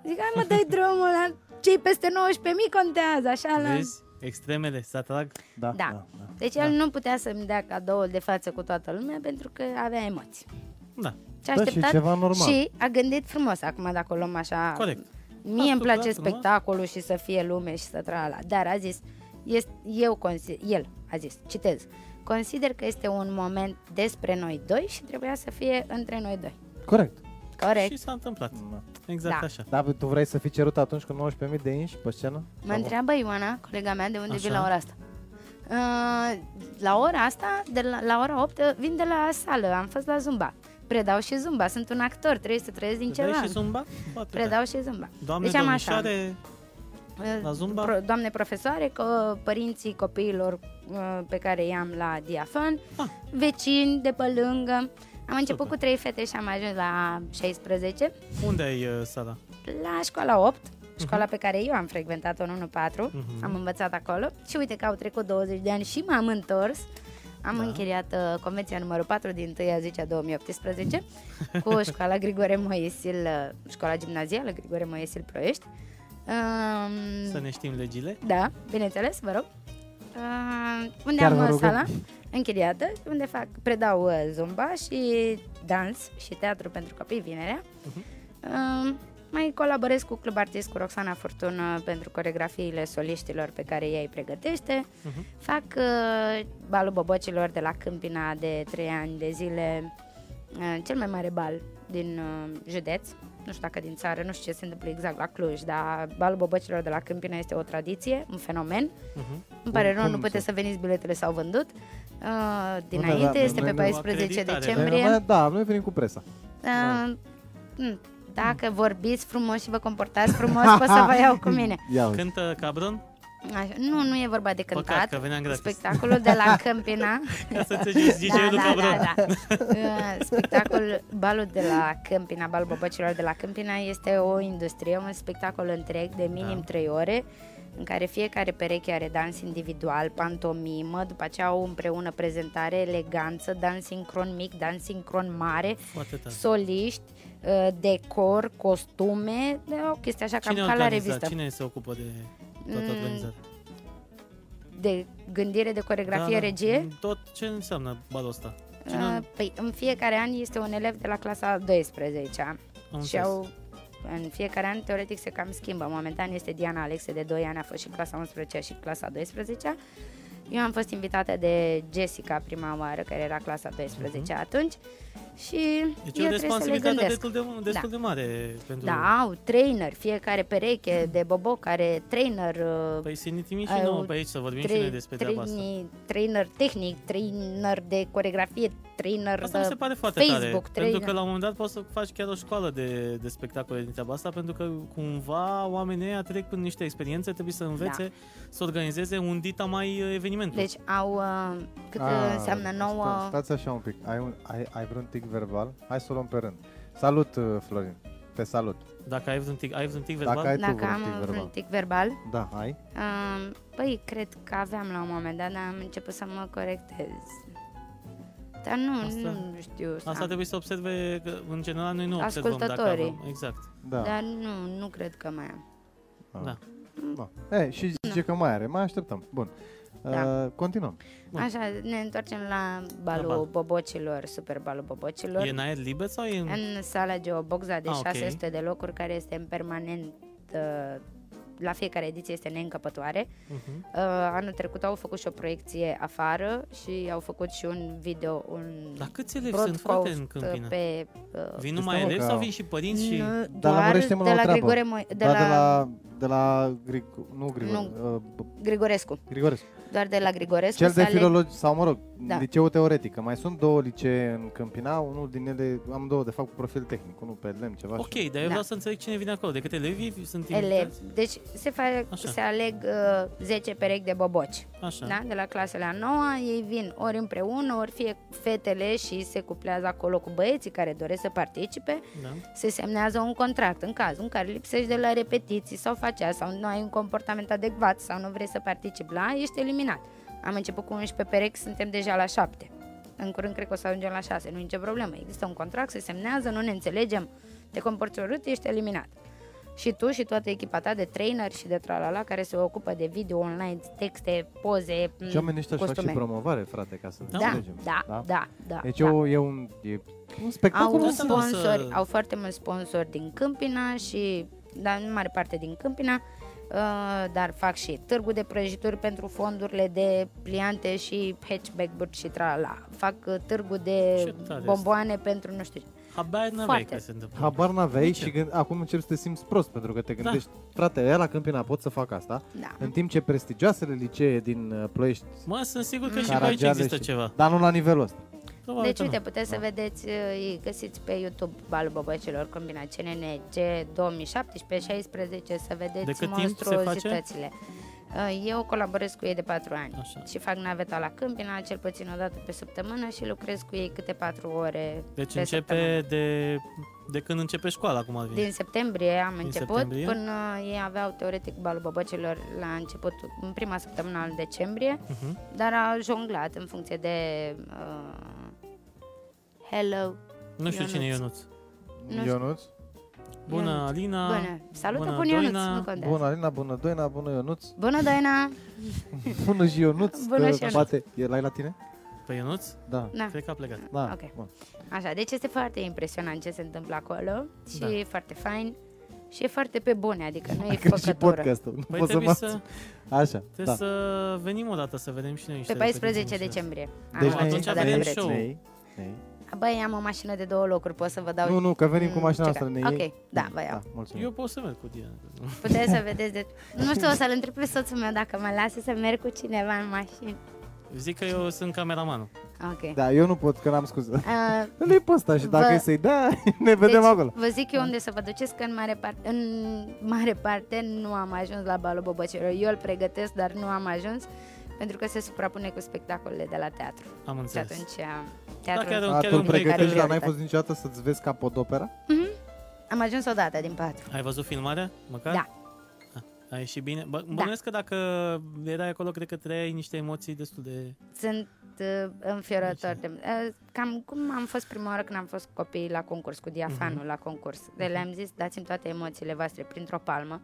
Zic, hai mă, dai drumul la cei peste 19.000 contează, așa la... Vezi? Extremele se atrag. Da, Da. Deci el nu putea să-mi dea cadoul de față cu toată lumea pentru că avea emoții. Da, Ce Da, a și e așteptat ceva normal. și a gândit frumos acum dacă o luăm așa. corect. Mie îmi Absolut, place da, frumos. spectacolul și să fie lume și să trala. Dar a zis, este, eu consider, el a zis, citez, consider că este un moment despre noi doi și trebuia să fie între noi doi. Corect. Corect. Și s-a întâmplat. Da. Exact Da. așa. Da, bă, tu vrei să fii cerut atunci cu 19.000 de inși pe scenă? Mă întreabă Ioana, colega mea, de unde vii Așa. la ora asta. Uh, la ora asta, de la, la ora 8, uh, vin de la sală, am fost la Zumba. Predau și Zumba, sunt un actor, trebuie să trăiesc din Te dai ceva. și zumba? Poate Predau și Zumba. da. Doamne deci am așa. domnișoare, Uh, la Zumba? Pro, doamne profesoare, că părinții copiilor uh, pe care i-am la diafan, Ah. vecini de pe lângă. Am început Super. cu trei fete și am ajuns la 16, unde ai uh, sala? la școala 8, școala pe care eu am frecventat-o în 1-4, Mhm. am învățat acolo și uite că au trecut 20 de ani și m-am întors. Am Da. încheiat uh, convenția numărul 4 din 1 a 10 a 2018 cu școala Grigore Moesil, uh, școala gimnazială Grigore Moesil Ploiești. Um, Să ne știm legile. da, bineînțeles, vă rog. Uh, unde Chiar am vă uh, rugăm. sala închiriată, unde fac, predau uh, zumba și dans și teatru pentru copii vinerea. Uh, mai colaborez cu Club Artist cu Roxana Furtună pentru coregrafiile soliștilor pe care ea îi pregătește. Fac uh, balul bobocilor de la Câmpina de 3 ani de zile, uh, cel mai mare bal din uh, județ, nu știu dacă din țară, nu știu ce se întâmplă exact la Cluj, dar balul bobocilor de la Câmpina este o tradiție, un fenomen. Uh-huh. Îmi pare Cum- rău, nu cum puteți să veniți, biletele s-au vândut. Uh, dinainte, da, este noi pe nu- 14 acreditare, da. decembrie. Noi, da, noi venim cu presa. Uh, mm, dacă vorbiți frumos și vă comportați frumos, pot să vă iau cu mine. Ia uite. Cântă Cabron? Așa, nu, nu e vorba de Păcat, cântat. că veneam gratis. Spectacolul de la Câmpina. Ca să înțelegi dj da, da, Cabron. da, da. Uh, Spectacol, balul de la Câmpina, balul bobocilor de la Câmpina este o industrie, un spectacol întreg de minim Da. 3 ore în care fiecare pereche are dans individual, pantomimă, după aceea au împreună prezentare, eleganță, dans sincron mic, dans sincron mare, Foarte tare. soliști, uh, decor, costume, da, o chestie așa Cine cam ca la organiza? revistă. Cine se ocupă de toată Mm, organizarea? De gândire, de coregrafie, regie. Tot ce înseamnă balul ăsta. Da, Mm. Cine deci Uh, Păi, în fiecare an este un elev de la clasa a 12-a Am și înțeles. au, în fiecare an, teoretic, se cam schimbă. Momentan este Diana Alexe, de 2 ani a fost și clasa 11-a și clasa 12-a. Eu am fost invitată de Jessica prima oară, care era clasa 12-a atunci și Mhm. Deci e eu o trebuie să le responsabilitate gândesc. destul de, destul de mare pentru... Da, au trainer, fiecare pereche de boboc are trainer, uh, Păi să ne trimiți Ai și nouă un pe aici să vorbim și tre- noi despre treaba asta. trainee- trainer tehnic, trainer de coregrafie, trainer Asta mi de se pare foarte Facebook, tare, pentru trainer. că la un moment dat poți să faci chiar o școală de, de spectacole din treaba asta, pentru că cumva oamenii ăia trec prin niște experiențe, trebuie să învețe să organizeze un dita mai uh, evenimentul. Da. Deci au uh, cât ah, înseamnă Sta, nouă stați așa un pic. Ai, un, ai, ai vreun tic verbal? Hai să o luăm pe rând. Salut, uh, Florin. Te salut. Dacă ai vreun tic, ai vreun tic verbal, Dacă ai tu dacă vreun am tic un verbal. vreun tic verbal. Da, ai. Uh, păi, cred că aveam la un moment dat, dar am început să mă corectez. Dar nu, Asta- nu știu. să asta am, trebuie să observe, că în general noi nu observăm dacă Ascultătorii. avem. Exact. Da. Dar nu, nu cred că mai am. Ah. Da. da. E, și zice că mai are. Mai așteptăm. Bun. Da. Uh, continuăm. Bun. Așa, ne întoarcem la balul bal. bobocilor, super balul bobocilor. E în aer liber sau e în... În sala Geoboxa de Ah, ah, ok. 600 de locuri, care este în permanent, uh, la fiecare ediție este neîncăpătoare. Mhm. Uh, anul trecut au făcut și o proiecție afară și au făcut și un video, un Dar câți elevi sunt, frate, broadcast în câmpină? pe... Uh, Vin Este numai mă elevi că- sau vin și părinți și... nu, Dar doar lămurește-mă la de o la treabă. Grigore, Mo- de, da, la, de la... De la Grig... Nu Grigore. Nu. Uh, b- Grigorescu. Grigorescu. Doar de la Grigorescu Cel se de aleg- filologi, sau mă rog, Da. Liceu teoretic, mai sunt două licee în Câmpina, unul din ele, am două de fapt cu profil tehnic, unul pe lemn, ceva. Ok, și- dar eu Da. vreau să înțeleg cine vine acolo. Decât elevii sunt Elevi. invitați? Deci se, fac, Așa. se aleg uh, 10 perechi de boboci. Așa. Da? De la clasele a noua, ei vin ori împreună, ori fie fetele și se cuplează acolo cu băieții care doresc să participe, da. se semnează un contract în cazul în care lipsești de la repetiții sau faci asta, sau nu ai un comportament adecvat sau nu vrei să participi la, ești eliminat. Am început cu 11 perechi, suntem deja la 7. În curând cred că o să ajungem la 6, nu e nicio problemă. Există un contract, se semnează, nu ne înțelegem, te comporți urât, ești eliminat. Și tu și toată echipa ta de trainer și de tralala care se ocupă de video online, texte, poze, m, Și oamenii ăștia își fac și costume. promovare, frate, ca să Da, da, înțelegem. da, da, da, da. Deci da. eu, e un, e un spectacol. Au Acum un să mă să- sponsori, au foarte mulți sponsori din Câmpina și, dar în mare parte din Câmpina, uh, dar fac și târgul de prăjituri pentru fondurile de pliante și hatchback-uri și trala. Fac uh, târgul de Ce tare bomboane pentru nu știu ce. Habar n-aveai Foarte. că se întâmplă. Habar n-aveai Nici eu. și gând, acum începi să te simți prost pentru că te gândești, frate, ea la Câmpina pot să fac asta, Da. în timp ce prestigioasele licee din uh, Ploiești, Mă, sunt sigur că și pe aici Caragiale există și- ceva. dar nu la nivelul ăsta. Probabil Mm. Deci, că nu. Da. uite, puteți să vedeți, uh, îi găsiți pe YouTube Balul Bobăcilor Combina CNNG 2017-16 să De vedeți cât timp se face? monstruozitățile. Uh, Eu colaborez cu ei de 4 ani Așa. și fac naveta la Câmpina cel puțin o dată pe săptămână și lucrez cu ei câte 4 ore Deci pe începe săptămână. de, de când începe școala, cum ar veni. Din septembrie am Din început septembrie? până ei aveau teoretic Balul Bobăcilor la început, în prima săptămână al decembrie Mhm. dar a jonglat în funcție de uh, Hello. Nu știu cine e Ionuț. Ionuț. Nu știu. Ionuț? Bună, Ionuț. Alina. Bună. Salută, Bună, bună Ionuț, Doina. nu contează. Bună Alina, bună Doina, bună Ionuț, Bună, Doina! bună și Ionuț, Bună că și Ionuț. poate, el ai la tine? Pe Ionuț? Da. Da. Cred că a plecat. Da, Ok. bun. Așa, deci este foarte impresionant ce se întâmplă acolo și Da. e foarte fain și e foarte pe bune, adică nu e Că și făcătură. podcastul, nu Păi pot să mă... trebuie să, Așa, trebuie da. să venim o dată să vedem și noi niște Pe 14 repetiții, decembrie. Deci Ah, anul atunci acesta, ne, dacă avem ne, show. vreți. ne, ne, Băi, am o mașină de două locuri, pot să vă dau... Nu, nu, că venim cu Mm, mașina ce noastră, ca- ne iei. Ok, da, vă iau. Da, mulțumim. Eu pot să merg cu tine. Puteți să vedeți de... Nu știu, o să-l întreb pe soțul meu dacă mă lasă să merg cu cineva în mașină. Zic că eu sunt cameramanul. Ok. Da, eu nu pot, că n-am scuză. Uh, Îl iei pe ăsta și dacă Vă- e să-i da, ne vedem deci, acolo. Vă zic eu unde să vă duceți, că în mare, parte, în mare parte nu am ajuns la balul bobocilor. Eu îl pregătesc, dar nu am ajuns pentru că se suprapune cu spectacolele de la teatru. Am Și înțeles. atunci am- Dacă teatru. era- A, Da, chiar tu îl un proiect pregătești, care- dar n-ai fost niciodată să-ți vezi capodopera? Mhm. Am ajuns odată din patru. Ai văzut filmarea? Măcar? Da. A ieșit bine? Bă, bănuiesc că dacă erai acolo, cred că trăiai niște emoții destul de... Sunt uh, înfiorător de... Uh, cam cum am fost prima oară când am fost copii la concurs, cu diafanul la concurs. De le-am zis, dați-mi toate emoțiile voastre printr-o palmă.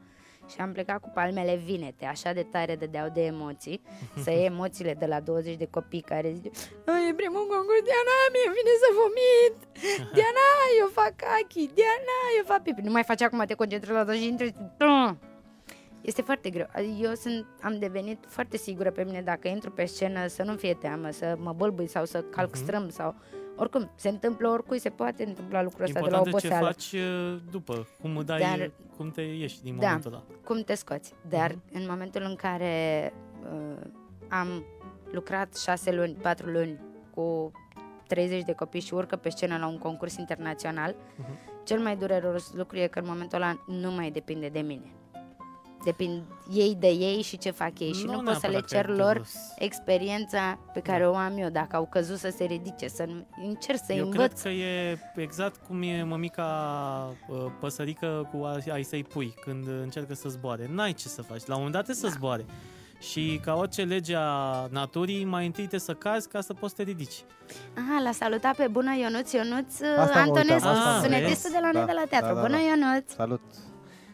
Și am plecat cu palmele vinete, așa de tare dădeau de emoții, să iei emoțiile de la 20 de copii care zic "Ai, E primul concurs, Diana, mi-e vine să vomit! Diana, eu fac cachi! Diana, eu fac pipi! Nu mai faci acum, te concentrezi la tot și intri... Este foarte greu. Eu sunt, am devenit foarte sigură pe mine dacă intru pe scenă să nu-mi fie teamă, să mă bălbui sau să calc Mhm. strâmb sau... Oricum, se întâmplă oricui, se poate întâmpla lucrul ăsta de la Important e ce oboseală. faci uh, după, cum, dai, Dar- cum te ieși din Da. momentul ăla. cum te scoți. Dar Mhm. în momentul în care uh, am lucrat șase luni, patru luni cu 30 de copii și urcă pe scenă la un concurs internațional, Mhm. cel mai dureros lucru e că în momentul ăla nu mai depinde de mine. Depind ei de ei și ce fac ei și nu, pot să le neapărat că cer ai lor dus. experiența pe care o am eu, dacă au căzut să se ridice, să încerc să-i Da. Eu cred învăț. că e exact cum e mămica uh, păsărică cu a- ai să-i pui când încearcă să zboare. N-ai ce să faci, la un moment dat Da. trebuie să zboare. Și ca orice lege a naturii, mai întâi te să cazi ca să poți să te ridici. Ah, l-a salutat pe bună Ionuț, Ionuț Asta mă Antonescu, uitam, asta mă sunetistul de uitam. la noi Da, de la teatru. da, da, Bună da. Ionuț! Salut!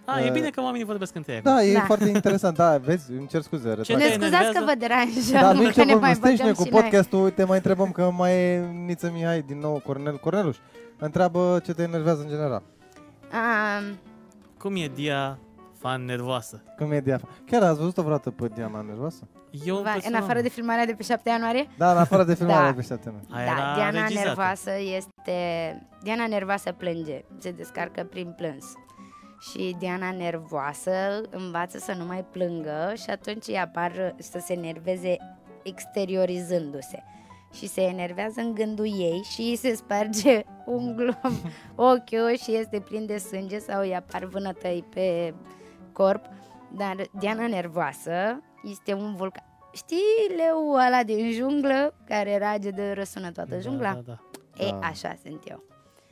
A, e Uh, bine că oamenii vorbesc între ei. Da, e Da. foarte interesant, da, vezi, îmi cer scuze, Da, retrag. Dacă Ne te scuzați enervează- că vă deranjăm, Dar nu că ne începem mai steșne băgăm cu și noi. podcastul, te mai întrebăm că mai e Niță Mihai din nou, Cornel Corneluș. Întreabă ce te enervează în general. Am, Cum e dia fan nervoasă? Cum e Diana? Chiar ați văzut-o vreodată pe Diana nervoasă? Eu vai, în personal- afară de filmarea de pe 7 ianuarie? Da, în afară de filmare Da. pe șapte Aia da, era Diana regizată. nervoasă este... Diana nervoasă plânge, se descarcă prin plâns. Și Diana nervoasă învață să nu mai plângă și atunci îi apar să se nerveze exteriorizându-se. și se enervează în gândul ei și îi se sparge un glob ochiul și este plin de sânge sau îi apar vânătăi pe corp. Dar Diana nervoasă este un vulcan. Știi leu ăla din junglă care rage de răsună toată jungla? Da, da, da. E, Da. așa sunt eu.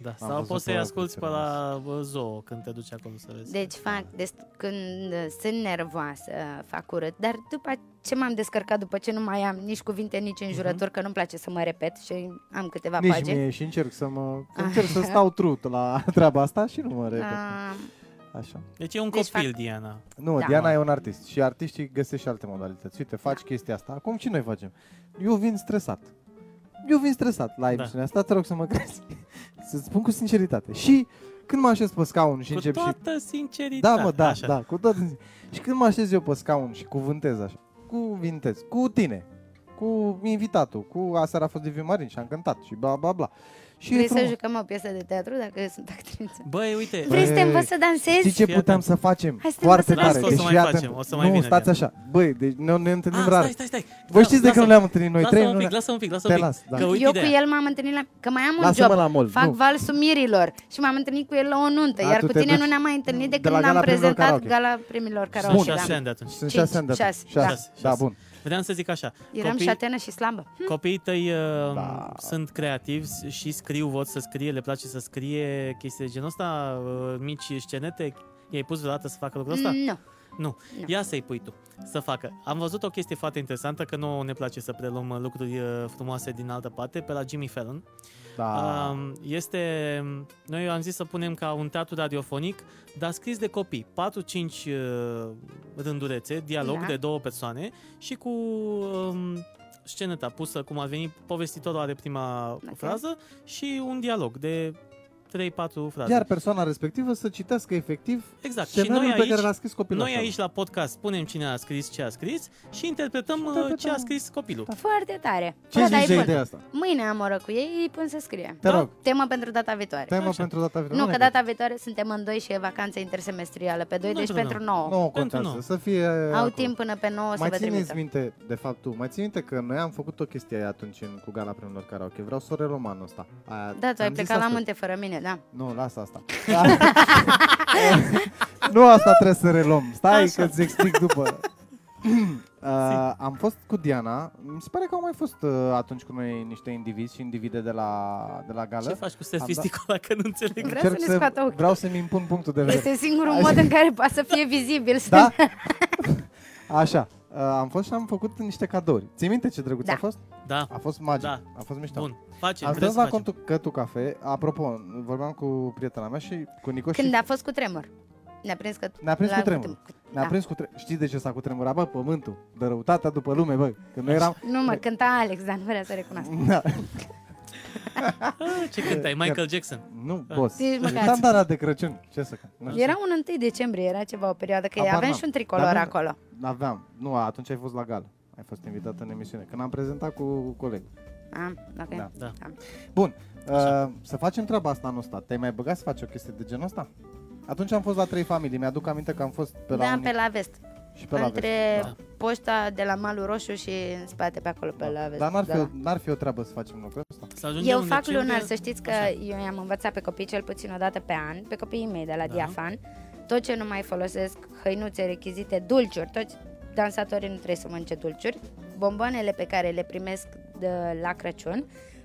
da. Am Sau văzut poți să-i ăla cu asculti pe la bă, zoo când te duci acolo să vezi. Deci da. fac, dest- când uh, sunt nervoasă, fac urât, dar după ce m-am descărcat, după ce nu mai am nici cuvinte, nici înjurături, uh-huh. că nu-mi place să mă repet și am câteva Mhm. Nici pagini. mie și încerc să mă încerc să stau trut la treaba asta și nu mă repet. Ah, Așa. Deci e un Deci copil, fac- Diana. Nu, Da. Diana e un artist și artiștii găsesc și alte modalități. Uite, faci Da. chestia asta. Acum ce noi facem? Eu vin stresat. Eu vin stresat Da. la emisiunea asta, te rog să mă crezi. Să spun cu sinceritate. Și când mă așez pe scaun și Cu încep și toată sinceritatea. Da, mă, da, așa. da, cu tot. Și când mă așez eu pe scaun și cuvântez așa, cuvintez, cu tine, cu invitatul, cu aseară a fost Liviu Marin și am cântat și bla bla bla. Și e Vrei să frumos. Păi, jucăm o piesă de teatru dacă eu sunt actriță? Băi, uite, Vrei să te Băi, învăț să dansezi? Știi ce Fii puteam atent. să facem? Hai să te Foarte învăț să tare. deci dansezi. Las că o să mai facem, o fii atent. să mai nu, vină stați Diana. așa. Băi, deci ne, ne întâlnim Ah, rar. stai, stai, stai. Voi știți de Lasă- că nu ne-am întâlnit noi trei? Lasă-mă nu un pic, ne- lasă un pic, lasă Te un pic. las, da. Că uite eu ideea. cu el m-am întâlnit la... Că mai am un Lasă-mă job. la mol, fac nu. valsul mirilor și m-am întâlnit cu el la o nuntă. A, iar tu cu te tine duci nu ne-am mai întâlnit de de la când am gala premiilor prezentat karaoke. gala primilor Sunt karaoke. șase da. ani de atunci. Sunt Cinci, șase ani de atunci. șase, da. Șase, Da, bun. Vreau să zic așa. Eram Hmm? copii- șatenă și slabă. Copiii tăi uh, Da. da. sunt creativi și scriu, văd să scrie, le place să scrie chestii de genul ăsta, uh, mici scenete. I-ai pus vreodată să facă lucrul ăsta? Mm. Nu. Nu. Nu. Da. Ia să-i pui tu să facă. Am văzut o chestie foarte interesantă, că nu ne place să preluăm uh, lucruri uh, frumoase din altă parte, pe la Jimmy Fallon. Da. Um, este, noi am zis să punem ca un teatru radiofonic, dar scris de copii, 4-5 uh, rândurețe, dialog Da. de două persoane și cu um, sceneta pusă, cum ar veni, povestitorul are prima frază și un dialog de 3-4 fraze. Iar persoana respectivă să citească efectiv exact. Și scenariul noi pe care aici, l-a scris copilul. noi acela. aici la podcast spunem cine a scris ce a scris și interpretăm, uh, interpretăm. ce a scris copilul. Foarte tare. Ce Bă, zici dar Păi, da, e de bun. ideea asta? Mâine am oră cu ei, îi pun să scrie. Te Da. rog, Temă pentru data viitoare. temă Așa. pentru data viitoare. nu, că ne- data viitoare suntem în 2 și e vacanța intersemestrială pe 2, Nu deci problema. pentru 9. Nu Pentru contează, nou. să fie Au acolo. timp până pe 9 să Mai vă țineți trimită. minte, de fapt tu, mai ții minte că noi am făcut o chestie aia atunci în, cu gala primilor karaoke. Vreau să o reluăm anul ăsta. Aia, Da, tu ai am zis plecat la astăzi. munte fără mine, da. Nu, lasă asta. Da. nu asta trebuie să reluăm. Stai Așa. că ți explic după. Uh, am fost cu Diana, mi se pare că au mai fost uh, atunci cu noi niște indivizi și individe de la, de la Ce gală. faci cu servisticul că nu înțeleg? Vreau să Încerc ne scoată ochii. Vreau să-mi impun punctul de vedere. Este singurul Așa. mod în care poate să fie vizibil. să- Da? Așa, uh, am fost și am făcut niște cadouri. Ții minte ce drăguț Da. a fost? Da, A fost magic, Da. a fost mișto. bun. Facem, Am vrem stat să la facem. contul Cătu Cafe. Apropo, vorbeam cu prietena mea și cu Nico Când și a fost cu tremur. Ne-a prins că... ne-a prins la- cu tremur. Ne-a da. prins cu tre- Știi de ce s-a cutremurat, bă? Pământul. De răutatea după lume, bă. Că noi eram... Nu mă, cânta Alex, dar nu vrea să recunoască. Da. Ah, Ce cântai? Michael Jackson. Nu, boss. Nici măcar. Standarda de Crăciun. Ce să cânt? Nu. Era un 1 decembrie, era ceva o perioadă, că Habar aveam n-am. și un tricolor Dar nu- acolo. Aveam. Nu, atunci ai fost la gală. Ai fost invitat în emisiune. Când am prezentat cu colegul. Ah, ok. Da. Da. Bun. Uh, să facem treaba asta anul ăsta. Te-ai mai băgat să faci o chestie de genul ăsta? Atunci am fost la trei familii. Mi-aduc aminte că am fost pe la, da, unii pe la vest. și pe la vest. Între Da. poșta de la Malul Roșu și în spate pe acolo, pe la vest. Dar n-ar fi, da. o, n-ar fi o treabă să facem lucrul ăsta? Să ajungem Eu în fac decembrie. lunar, să știți că eu i-am învățat pe copii cel puțin o dată pe an, pe copiii mei de la Da. Diafan, tot ce nu mai folosesc, hăinuțe, rechizite, dulciuri, toți dansatorii nu trebuie să mănânce dulciuri, bomboanele pe care le primesc de la Crăciun,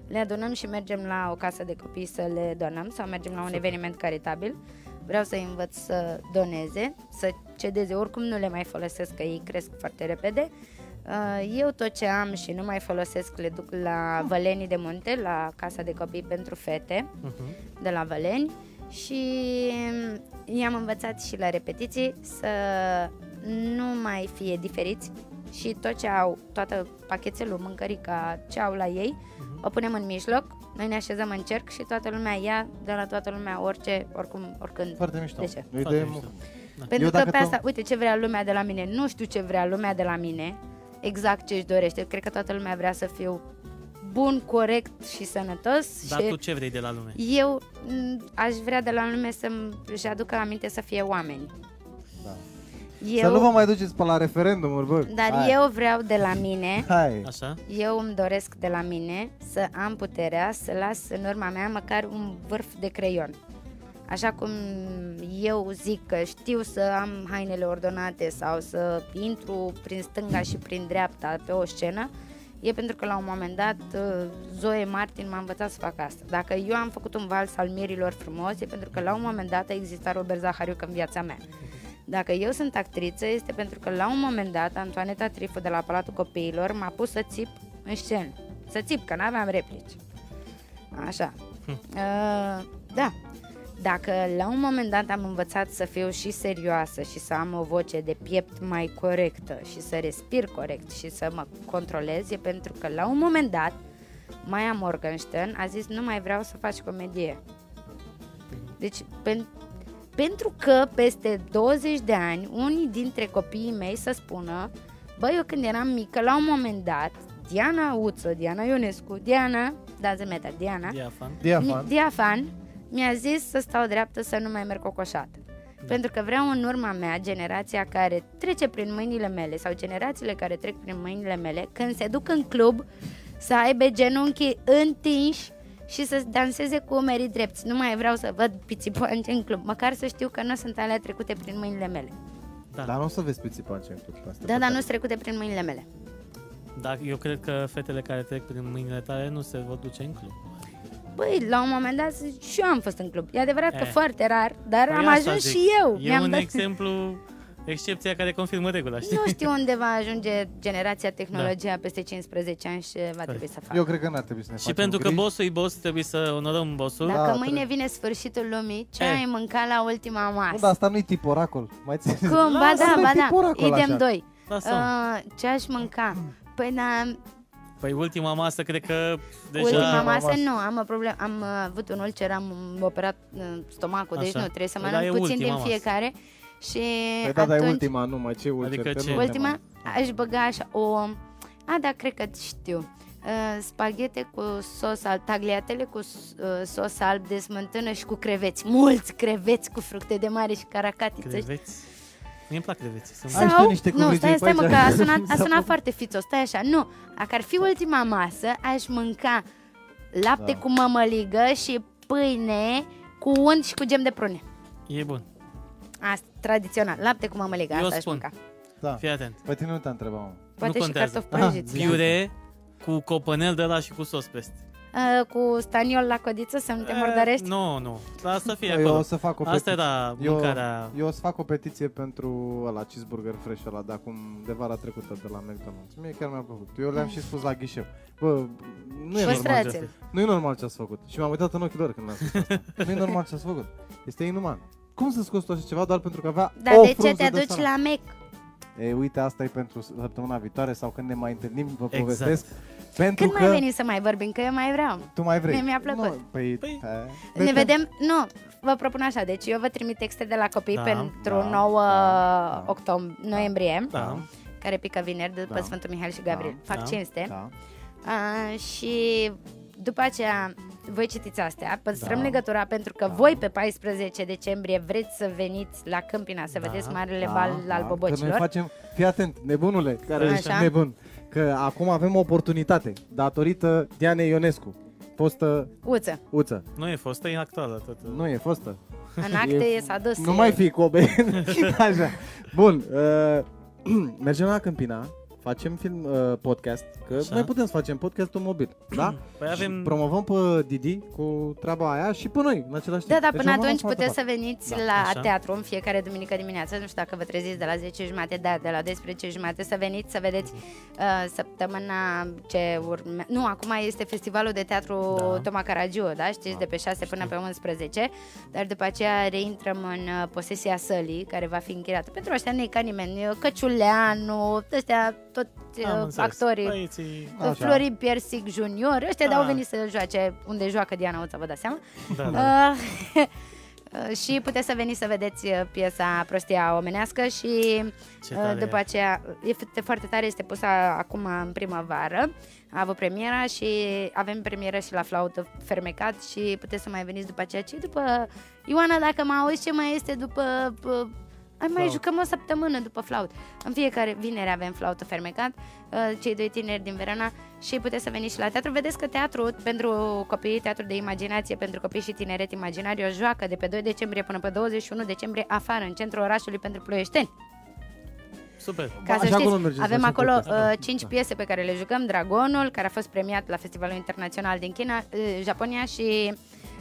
le adunăm și mergem la o casă de copii să le donăm sau mergem la un eveniment caritabil. Vreau să-i învăț să doneze, să cedeze, oricum nu le mai folosesc că ei cresc foarte repede. Uh, Eu tot ce am și nu mai folosesc le duc la Vălenii de Munte, la Casa de Copii pentru Fete Mhm. de la Văleni și i-am învățat și la repetiții să nu mai fie diferiți și tot ce au, toată pachetelul, mâncărica, ce au la ei, o punem în mijloc, noi ne așezăm în cerc și toată lumea ia de la toată lumea orice, oricum, oricând. Foarte mișto. De ce? O idee Foarte mu- mișto. Pentru Eu că dacă pe tu- asta, uite ce vrea lumea de la mine, nu știu ce vrea lumea de la mine, exact ce își dorește. Cred că toată lumea vrea să fiu bun, corect și sănătos. Dar și... tu ce vrei de la lume? Eu mm, m, aș vrea de la lume să-și aducă aminte să fie oameni. Da. Să Eu, nu vă mai duceți pe la referendumuri, bă. dar Hai. eu vreau de la mine, Hai. Așa? eu îmi doresc de la mine să am puterea să las în urma mea măcar un vârf de creion. Așa cum eu zic că știu să am hainele ordonate sau să intru prin stânga și prin dreapta pe o scenă, e pentru că la un moment dat uh, Zoe Martin m-a învățat să fac asta. Dacă eu am făcut un vals al mirilor frumos, e pentru că la un moment dat a existat Robert Zahariuc în viața mea. Dacă eu sunt actriță, este pentru că la un moment dat Antoaneta Trifu de la Palatul Copiilor m-a pus să țip în scenă. Să țip, că n-aveam replici. Așa. Uh, da. Dacă la un moment dat am învățat să fiu și serioasă și să am o voce de piept mai corectă și să respir corect și să mă controlez, e pentru că la un moment dat Maya Morgenstern a zis nu mai vreau să faci comedie. Deci, pen, pentru că peste 20 de ani, unii dintre copiii mei să spună, bă, eu când eram mică, la un moment dat, Diana Uță, Diana Ionescu, Diana, da, meta, Diana, Diafan. Diafan. mi- Diafan mi-a zis să stau dreaptă să nu mai merg cocoșată. Da. Pentru că vreau în urma mea generația care trece prin mâinile mele sau generațiile care trec prin mâinile mele, când se duc în club, să aibă genunchii întinși și să danseze cu umerii drepți. Nu mai vreau să văd pițipoanci în club, măcar să știu că nu sunt alea trecute prin mâinile mele. Da. Dar nu o să vezi pițipance în club. asta Da, e dar nu păcat. sunt trecute prin mâinile mele. Dar eu cred că fetele care trec prin mâinile tale nu se vor duce în club. Băi, la un moment dat zici, și eu am fost în club. E adevărat că Eh. foarte rar, dar Păi am asta ajuns zic. și eu. E Mi-am un dat- exemplu, excepția care confirmă regula, știi? Nu știu unde va ajunge generația tehnologia da. peste 15 ani și va trebui să facă. Eu cred că n-ar trebui să ne Și facem pentru că griji. bossul e boss, trebuie să onorăm bossul. Dacă Da, mâine trebuie. vine sfârșitul lumii, ce E. ai mâncat la ultima Nu, dar masă? asta nu-i tip oracol. Mai țineți. Cum? Ba da, Lasă-mă ba pe tipul da, acolo așa. idem doi. Lasă-mă. Uh, ce aș mânca? Păi da, Păi ultima masă, cred că deja... ultima masă masă. nu, am o problemă, am uh, avut un ulcer, am operat uh, stomacul, deci Așa. nu, trebuie să Păi mănânc da, e puțin ultima din masă. fiecare și Păi da, dar e atunci ultima numai, ce ulcer. Adică te ce? nu te Ultima, mai- aș băga așa o... A, da, cred că știu. Uh, spaghete cu sos alb, tagliatele cu s- uh, sos alb de smântână și cu creveți. Mulți creveți cu fructe de mare și caracatiță. Creveți. Mie îmi plac creveți. Sunt... Ai știut niște nu, cuvinte stai, stai mă, pe că aici? a sunat, a S-a sunat făcut. foarte fițo, stai așa. Nu, dacă ar fi ultima masă, aș mânca lapte da. cu mămăligă și pâine cu unt și cu gem de prune. E bun. Asta, tradițional, lapte cu mămăligă, Eu asta aș spun. mânca. Da. Fii atent. Pe tine nu te-a întrebat, mă. Poate și contează. Ah, cartofi Aha, prăjiți. zi. Iure cu copănel de la și cu sos peste. Uh, cu staniol la codiță să Uh, nu te mordărești? E, Nu, nu. Lasă să fie Păi Eu acolo. o să fac o Asta petiție. era eu, mâncarea... eu o să fac o petiție pentru ăla cheeseburger fresh ăla de acum de vara trecută de la McDonald's. Mie chiar mi-a plăcut. Eu Mm. le-am și spus la ghișeu. Bă, Păi nu e normal. Păstrați-l. Nu e normal ce ați făcut. Și m-am uitat în ochii lor când mi-a spus asta. Nu e normal ce ați făcut. Este inuman. Cum să scoți tu așa ceva doar pentru că avea Dar o Da, de ce frunză te aduci salam? la Mac? E, uite, asta e pentru săptămâna viitoare sau când ne mai întâlnim, vă Exact. povestesc. Pentru Când că mai veni să mai vorbim? Că eu mai vreau. tu mai vrei. Mie mi-a plăcut. Nu, păi, Păi, hai. Ne vedem? Nu, vă propun așa. Deci eu vă trimit texte de la copii Da, pentru da, 9 da, da. octombrie, noiembrie, Da. care pică vineri după Da. Sfântul Mihail și Gabriel. Da, Fac da, cinste. Da. A, și după aceea voi citiți astea, păstrăm Da. legătura pentru că Da. voi pe 14 decembrie vreți să veniți la Câmpina să Da, vedeți Marele Val al da. Că noi Bobocilor. facem, fii atent, nebunule, care Așa. ești nebun, că acum avem o oportunitate, datorită Dianei Ionescu, fostă Uță, uță. Nu e fostă, e actuală tot. Nu e fostă. în acte s-a dus. Nu mai fi cobe. Așa. Bun, uh, mergem la Câmpina, facem film, uh, podcast, că Așa. noi putem să facem podcastul mobil, da? Păi avem- Și promovăm pe Didi cu treaba aia și pe noi, în același Da, timp. dar Deci până eu mă atunci fac puteți fac. să veniți Da, la așa. teatru în fiecare duminică dimineață. Nu știu dacă vă treziți de la 10 jumate, da, de la 12 jumate să veniți să Mm. vedeți uh, săptămâna ce urme... Nu, acum este festivalul de teatru Da. Toma Caragiu, da? Știți, de pe 6 până pe 11. Dar după aceea reintrăm în uh, posesia sălii, care va fi închiriată. Pentru ăștia nu e ca nimeni. Eu, Căciuleanu, ăstea, toți Am Da, uh, înțeles. Păi, actorii. Băieții... Așa. Florin Piersic Junior, ăștia Ah. de-au venit să joace unde joacă Diana Uța, vă dați seama? Da, da. Uh, și puteți să veniți să vedeți uh, piesa Prostia omenească și Ce uh, tare după e. aceea e foarte, foarte tare, este pusă acum în primăvară, a avut premiera și avem premieră și la flaută fermecat și puteți să mai veniți după aceea și după Ioana, dacă mă auzi ce mai este după p- Ai mai Flaut. jucăm o săptămână după flaut. În fiecare vineri avem flaută fermecat, uh, cei doi tineri din Verona și puteți să veniți și la teatru. Vedeți că teatru pentru copii, teatru de imaginație pentru copii și tineret imaginari, o joacă de pe 2 decembrie până pe 21 decembrie afară, în centrul orașului pentru ploieșteni. Super. Ca să Așa acolo știți, mergeți, avem așa acolo acolo, da. uh, 5 piese pe care le jucăm, Dragonul, care a fost premiat la Festivalul Internațional din China, uh, Japonia și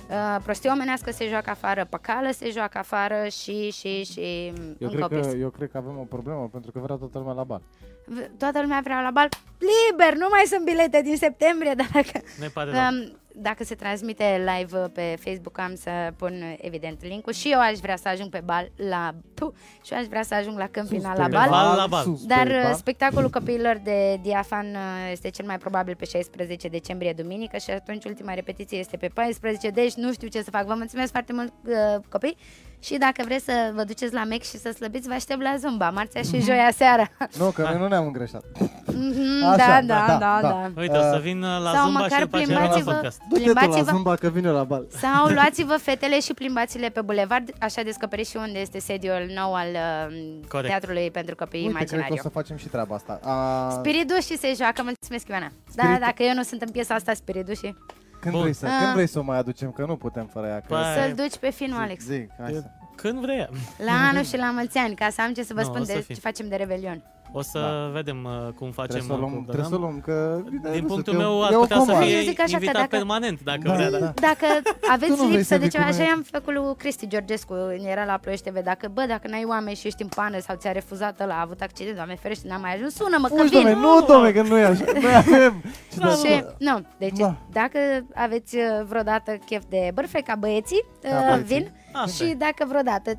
uh, Prostie omenească se joacă afară, Păcală se joacă afară și, și, și Eu încă cred, o că, piesă. eu cred că avem o problemă, pentru că vrea toată lumea la bal. V- Toată lumea vrea la bal liber, nu mai sunt bilete din septembrie, dar dacă, Ne pare Da. rău. um, dacă se transmite live uh, pe Facebook am să pun evident linkul și eu aș vrea să ajung pe bal la... Puh, și eu aș vrea să ajung la Câmpina la Sus pe bal. Bal la bal. sus pe Dar bal. uh, spectacolul copiilor de diafan uh, este cel mai probabil pe 16 decembrie, duminică, și atunci ultima repetiție este pe 14, deci nu știu ce să fac. Vă mulțumesc foarte mult, uh, copii! Și dacă vreți să vă duceți la Mec și să slăbiți, vă aștept la Zumba, marțea Mhm. și joia seara. Nu, Ah. că noi nu ne-am îngreșat. Mhm, Așa, da, da, da, da, da, da, da. Uite, o să vin uh, la sau Zumba măcar și după aceea la plimbați-vă- podcast. Du-te tu la Plimbați-vă- zumba că vine la bal. Sau luați-vă fetele și plimbați-le pe bulevard, așa descoperiți și unde este sediul nou al uh, Corect. Teatrului pentru Copii Uite, cred că o Imaginariu. să facem și treaba asta. A, Spiridușii se joacă, mulțumesc Ioana. Da, Spiritu- dacă eu nu sunt în piesa asta, Spiridușii. când, Bun. vrei să, Ah. când vrei să o mai aducem, că nu putem fără ea. Că Păi, Să-l duci pe film, Alex. Zic, hai să... Când vrei. La anul și la mulți ani, ca să am ce să vă Nu, o spun să de fim. ce facem de Revelion. O să Da. vedem uh, cum facem. Trebuie să o uh, luăm, cum trebuie să o dăm. luăm, că... ideea Din nu punctul știu, meu e ar o putea să comandă. fie Eu zic așa, că invitat dacă- permanent, dacă Da, vrea. da, da. Dacă Tu aveți nu vrei să lipsă de vii ceva, cu așa noi. i-am făcut lui Cristi Georgescu, era la Ploieșteve, dacă, bă, dacă n-ai oameni și ești în pană sau ți-a refuzat ăla, a avut accident, doamne ferește, n-am mai ajuns, sună-mă că Uși, vin. domne, nu, domne, că nu e așa. Noi avem... Ce Da, Și, nu, deci Da. dacă aveți uh, vreodată chef de bârfe ca băieții, Ca uh, Da, băieții. vin Asta și e. dacă vreodată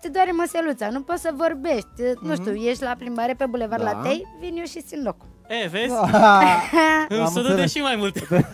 te doare măseluța, nu poți să vorbești, uh, nu știu, ești la plimbare pe bulevard Mhm. Da. la Tei, vin eu și țin locul. E, vezi? da. Am Îmi să dă înțeles. și mai multe.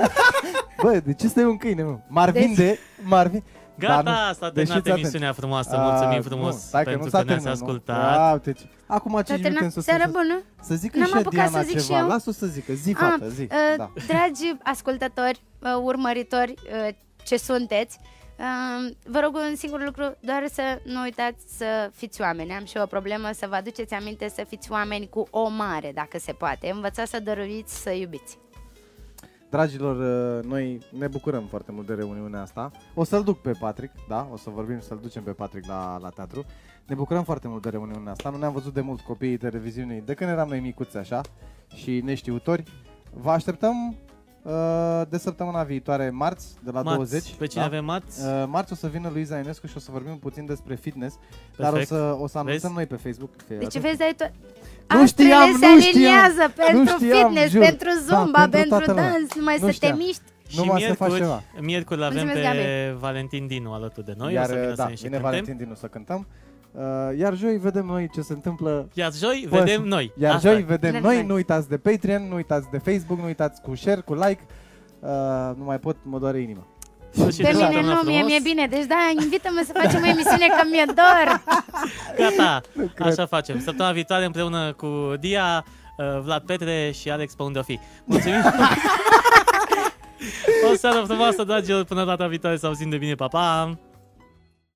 Bă, de ce stai un câine, mă? M-ar Deci- vinde, m-ar vinde. Dar Gata, s-a nu- deci terminat fiți atenți. emisiunea frumoasă. A, Mulțumim nu, frumos stai că pentru nu s-a că ne-ați terminat, nu. ascultat. Da, deci, acum 5 Toată minute lumea, să seară spun. bună! Să zică N-am și ea, apucat să Diana zic și ceva. eu. Lasă-o să zică. Zi, Ah, fată, zi. uh, Da. Dragi ascultători, uh, urmăritori, uh, ce sunteți, uh, vă rog un singur lucru, doar să nu uitați să fiți oameni. Am și eu o problemă să vă aduceți aminte să fiți oameni cu o mare, dacă se poate. Învățați să dăruiți, să iubiți. Dragilor, uh, noi ne bucurăm foarte mult de reuniunea asta. O să-l duc pe Patrick, da? O să vorbim și să-l ducem pe Patrick la, la teatru. Ne bucurăm foarte mult de reuniunea asta. Nu ne-am văzut de mult copiii televiziunii de când eram noi micuți așa și neștiutori. Vă așteptăm uh, de săptămâna viitoare, marți, de la Mați. 20. Pe cine da? avem mați? Uh, marți o să vină Luiza Enescu și o să vorbim puțin despre fitness, dar o Perfect. să, o să anunțăm Vezi? noi pe Facebook. Fii Deci atent. vezi, dai tot... Nu știam, Astrele se nu știam, aliniază pentru nu știam, fitness, jur. pentru Da, zumba, pentru pentru, toată lumea. dans, numai Nu să te știam. miști. Și numai să faci miercuri, ceva. miercuri avem pe Mulțumesc, Valentin Dinu alături de noi. o să vină Iar, să da, ne și vine cântăm. Valentin Dinu să cântăm. Uh, iar joi vedem noi ce se întâmplă Iar joi Bă, vedem noi. Iar Asta joi e. vedem Vedem noi, noi. nu uitați de Patreon, nu uitați de Facebook, nu uitați cu share, cu like. Uh, nu mai pot, mă doare inima. Tot și Pe de la doamna mine nu, mie frumos. mi-e bine. Deci da, invită-mă să facem o emisiune că mi-e dor. Gata, cred. așa facem. Săptămâna viitoare împreună cu Dia, uh, Vlad Petre și Alex pe unde o fi. Mulțumim! o seară frumoasă, dragilor, până data viitoare să auzim de bine, pa, pa!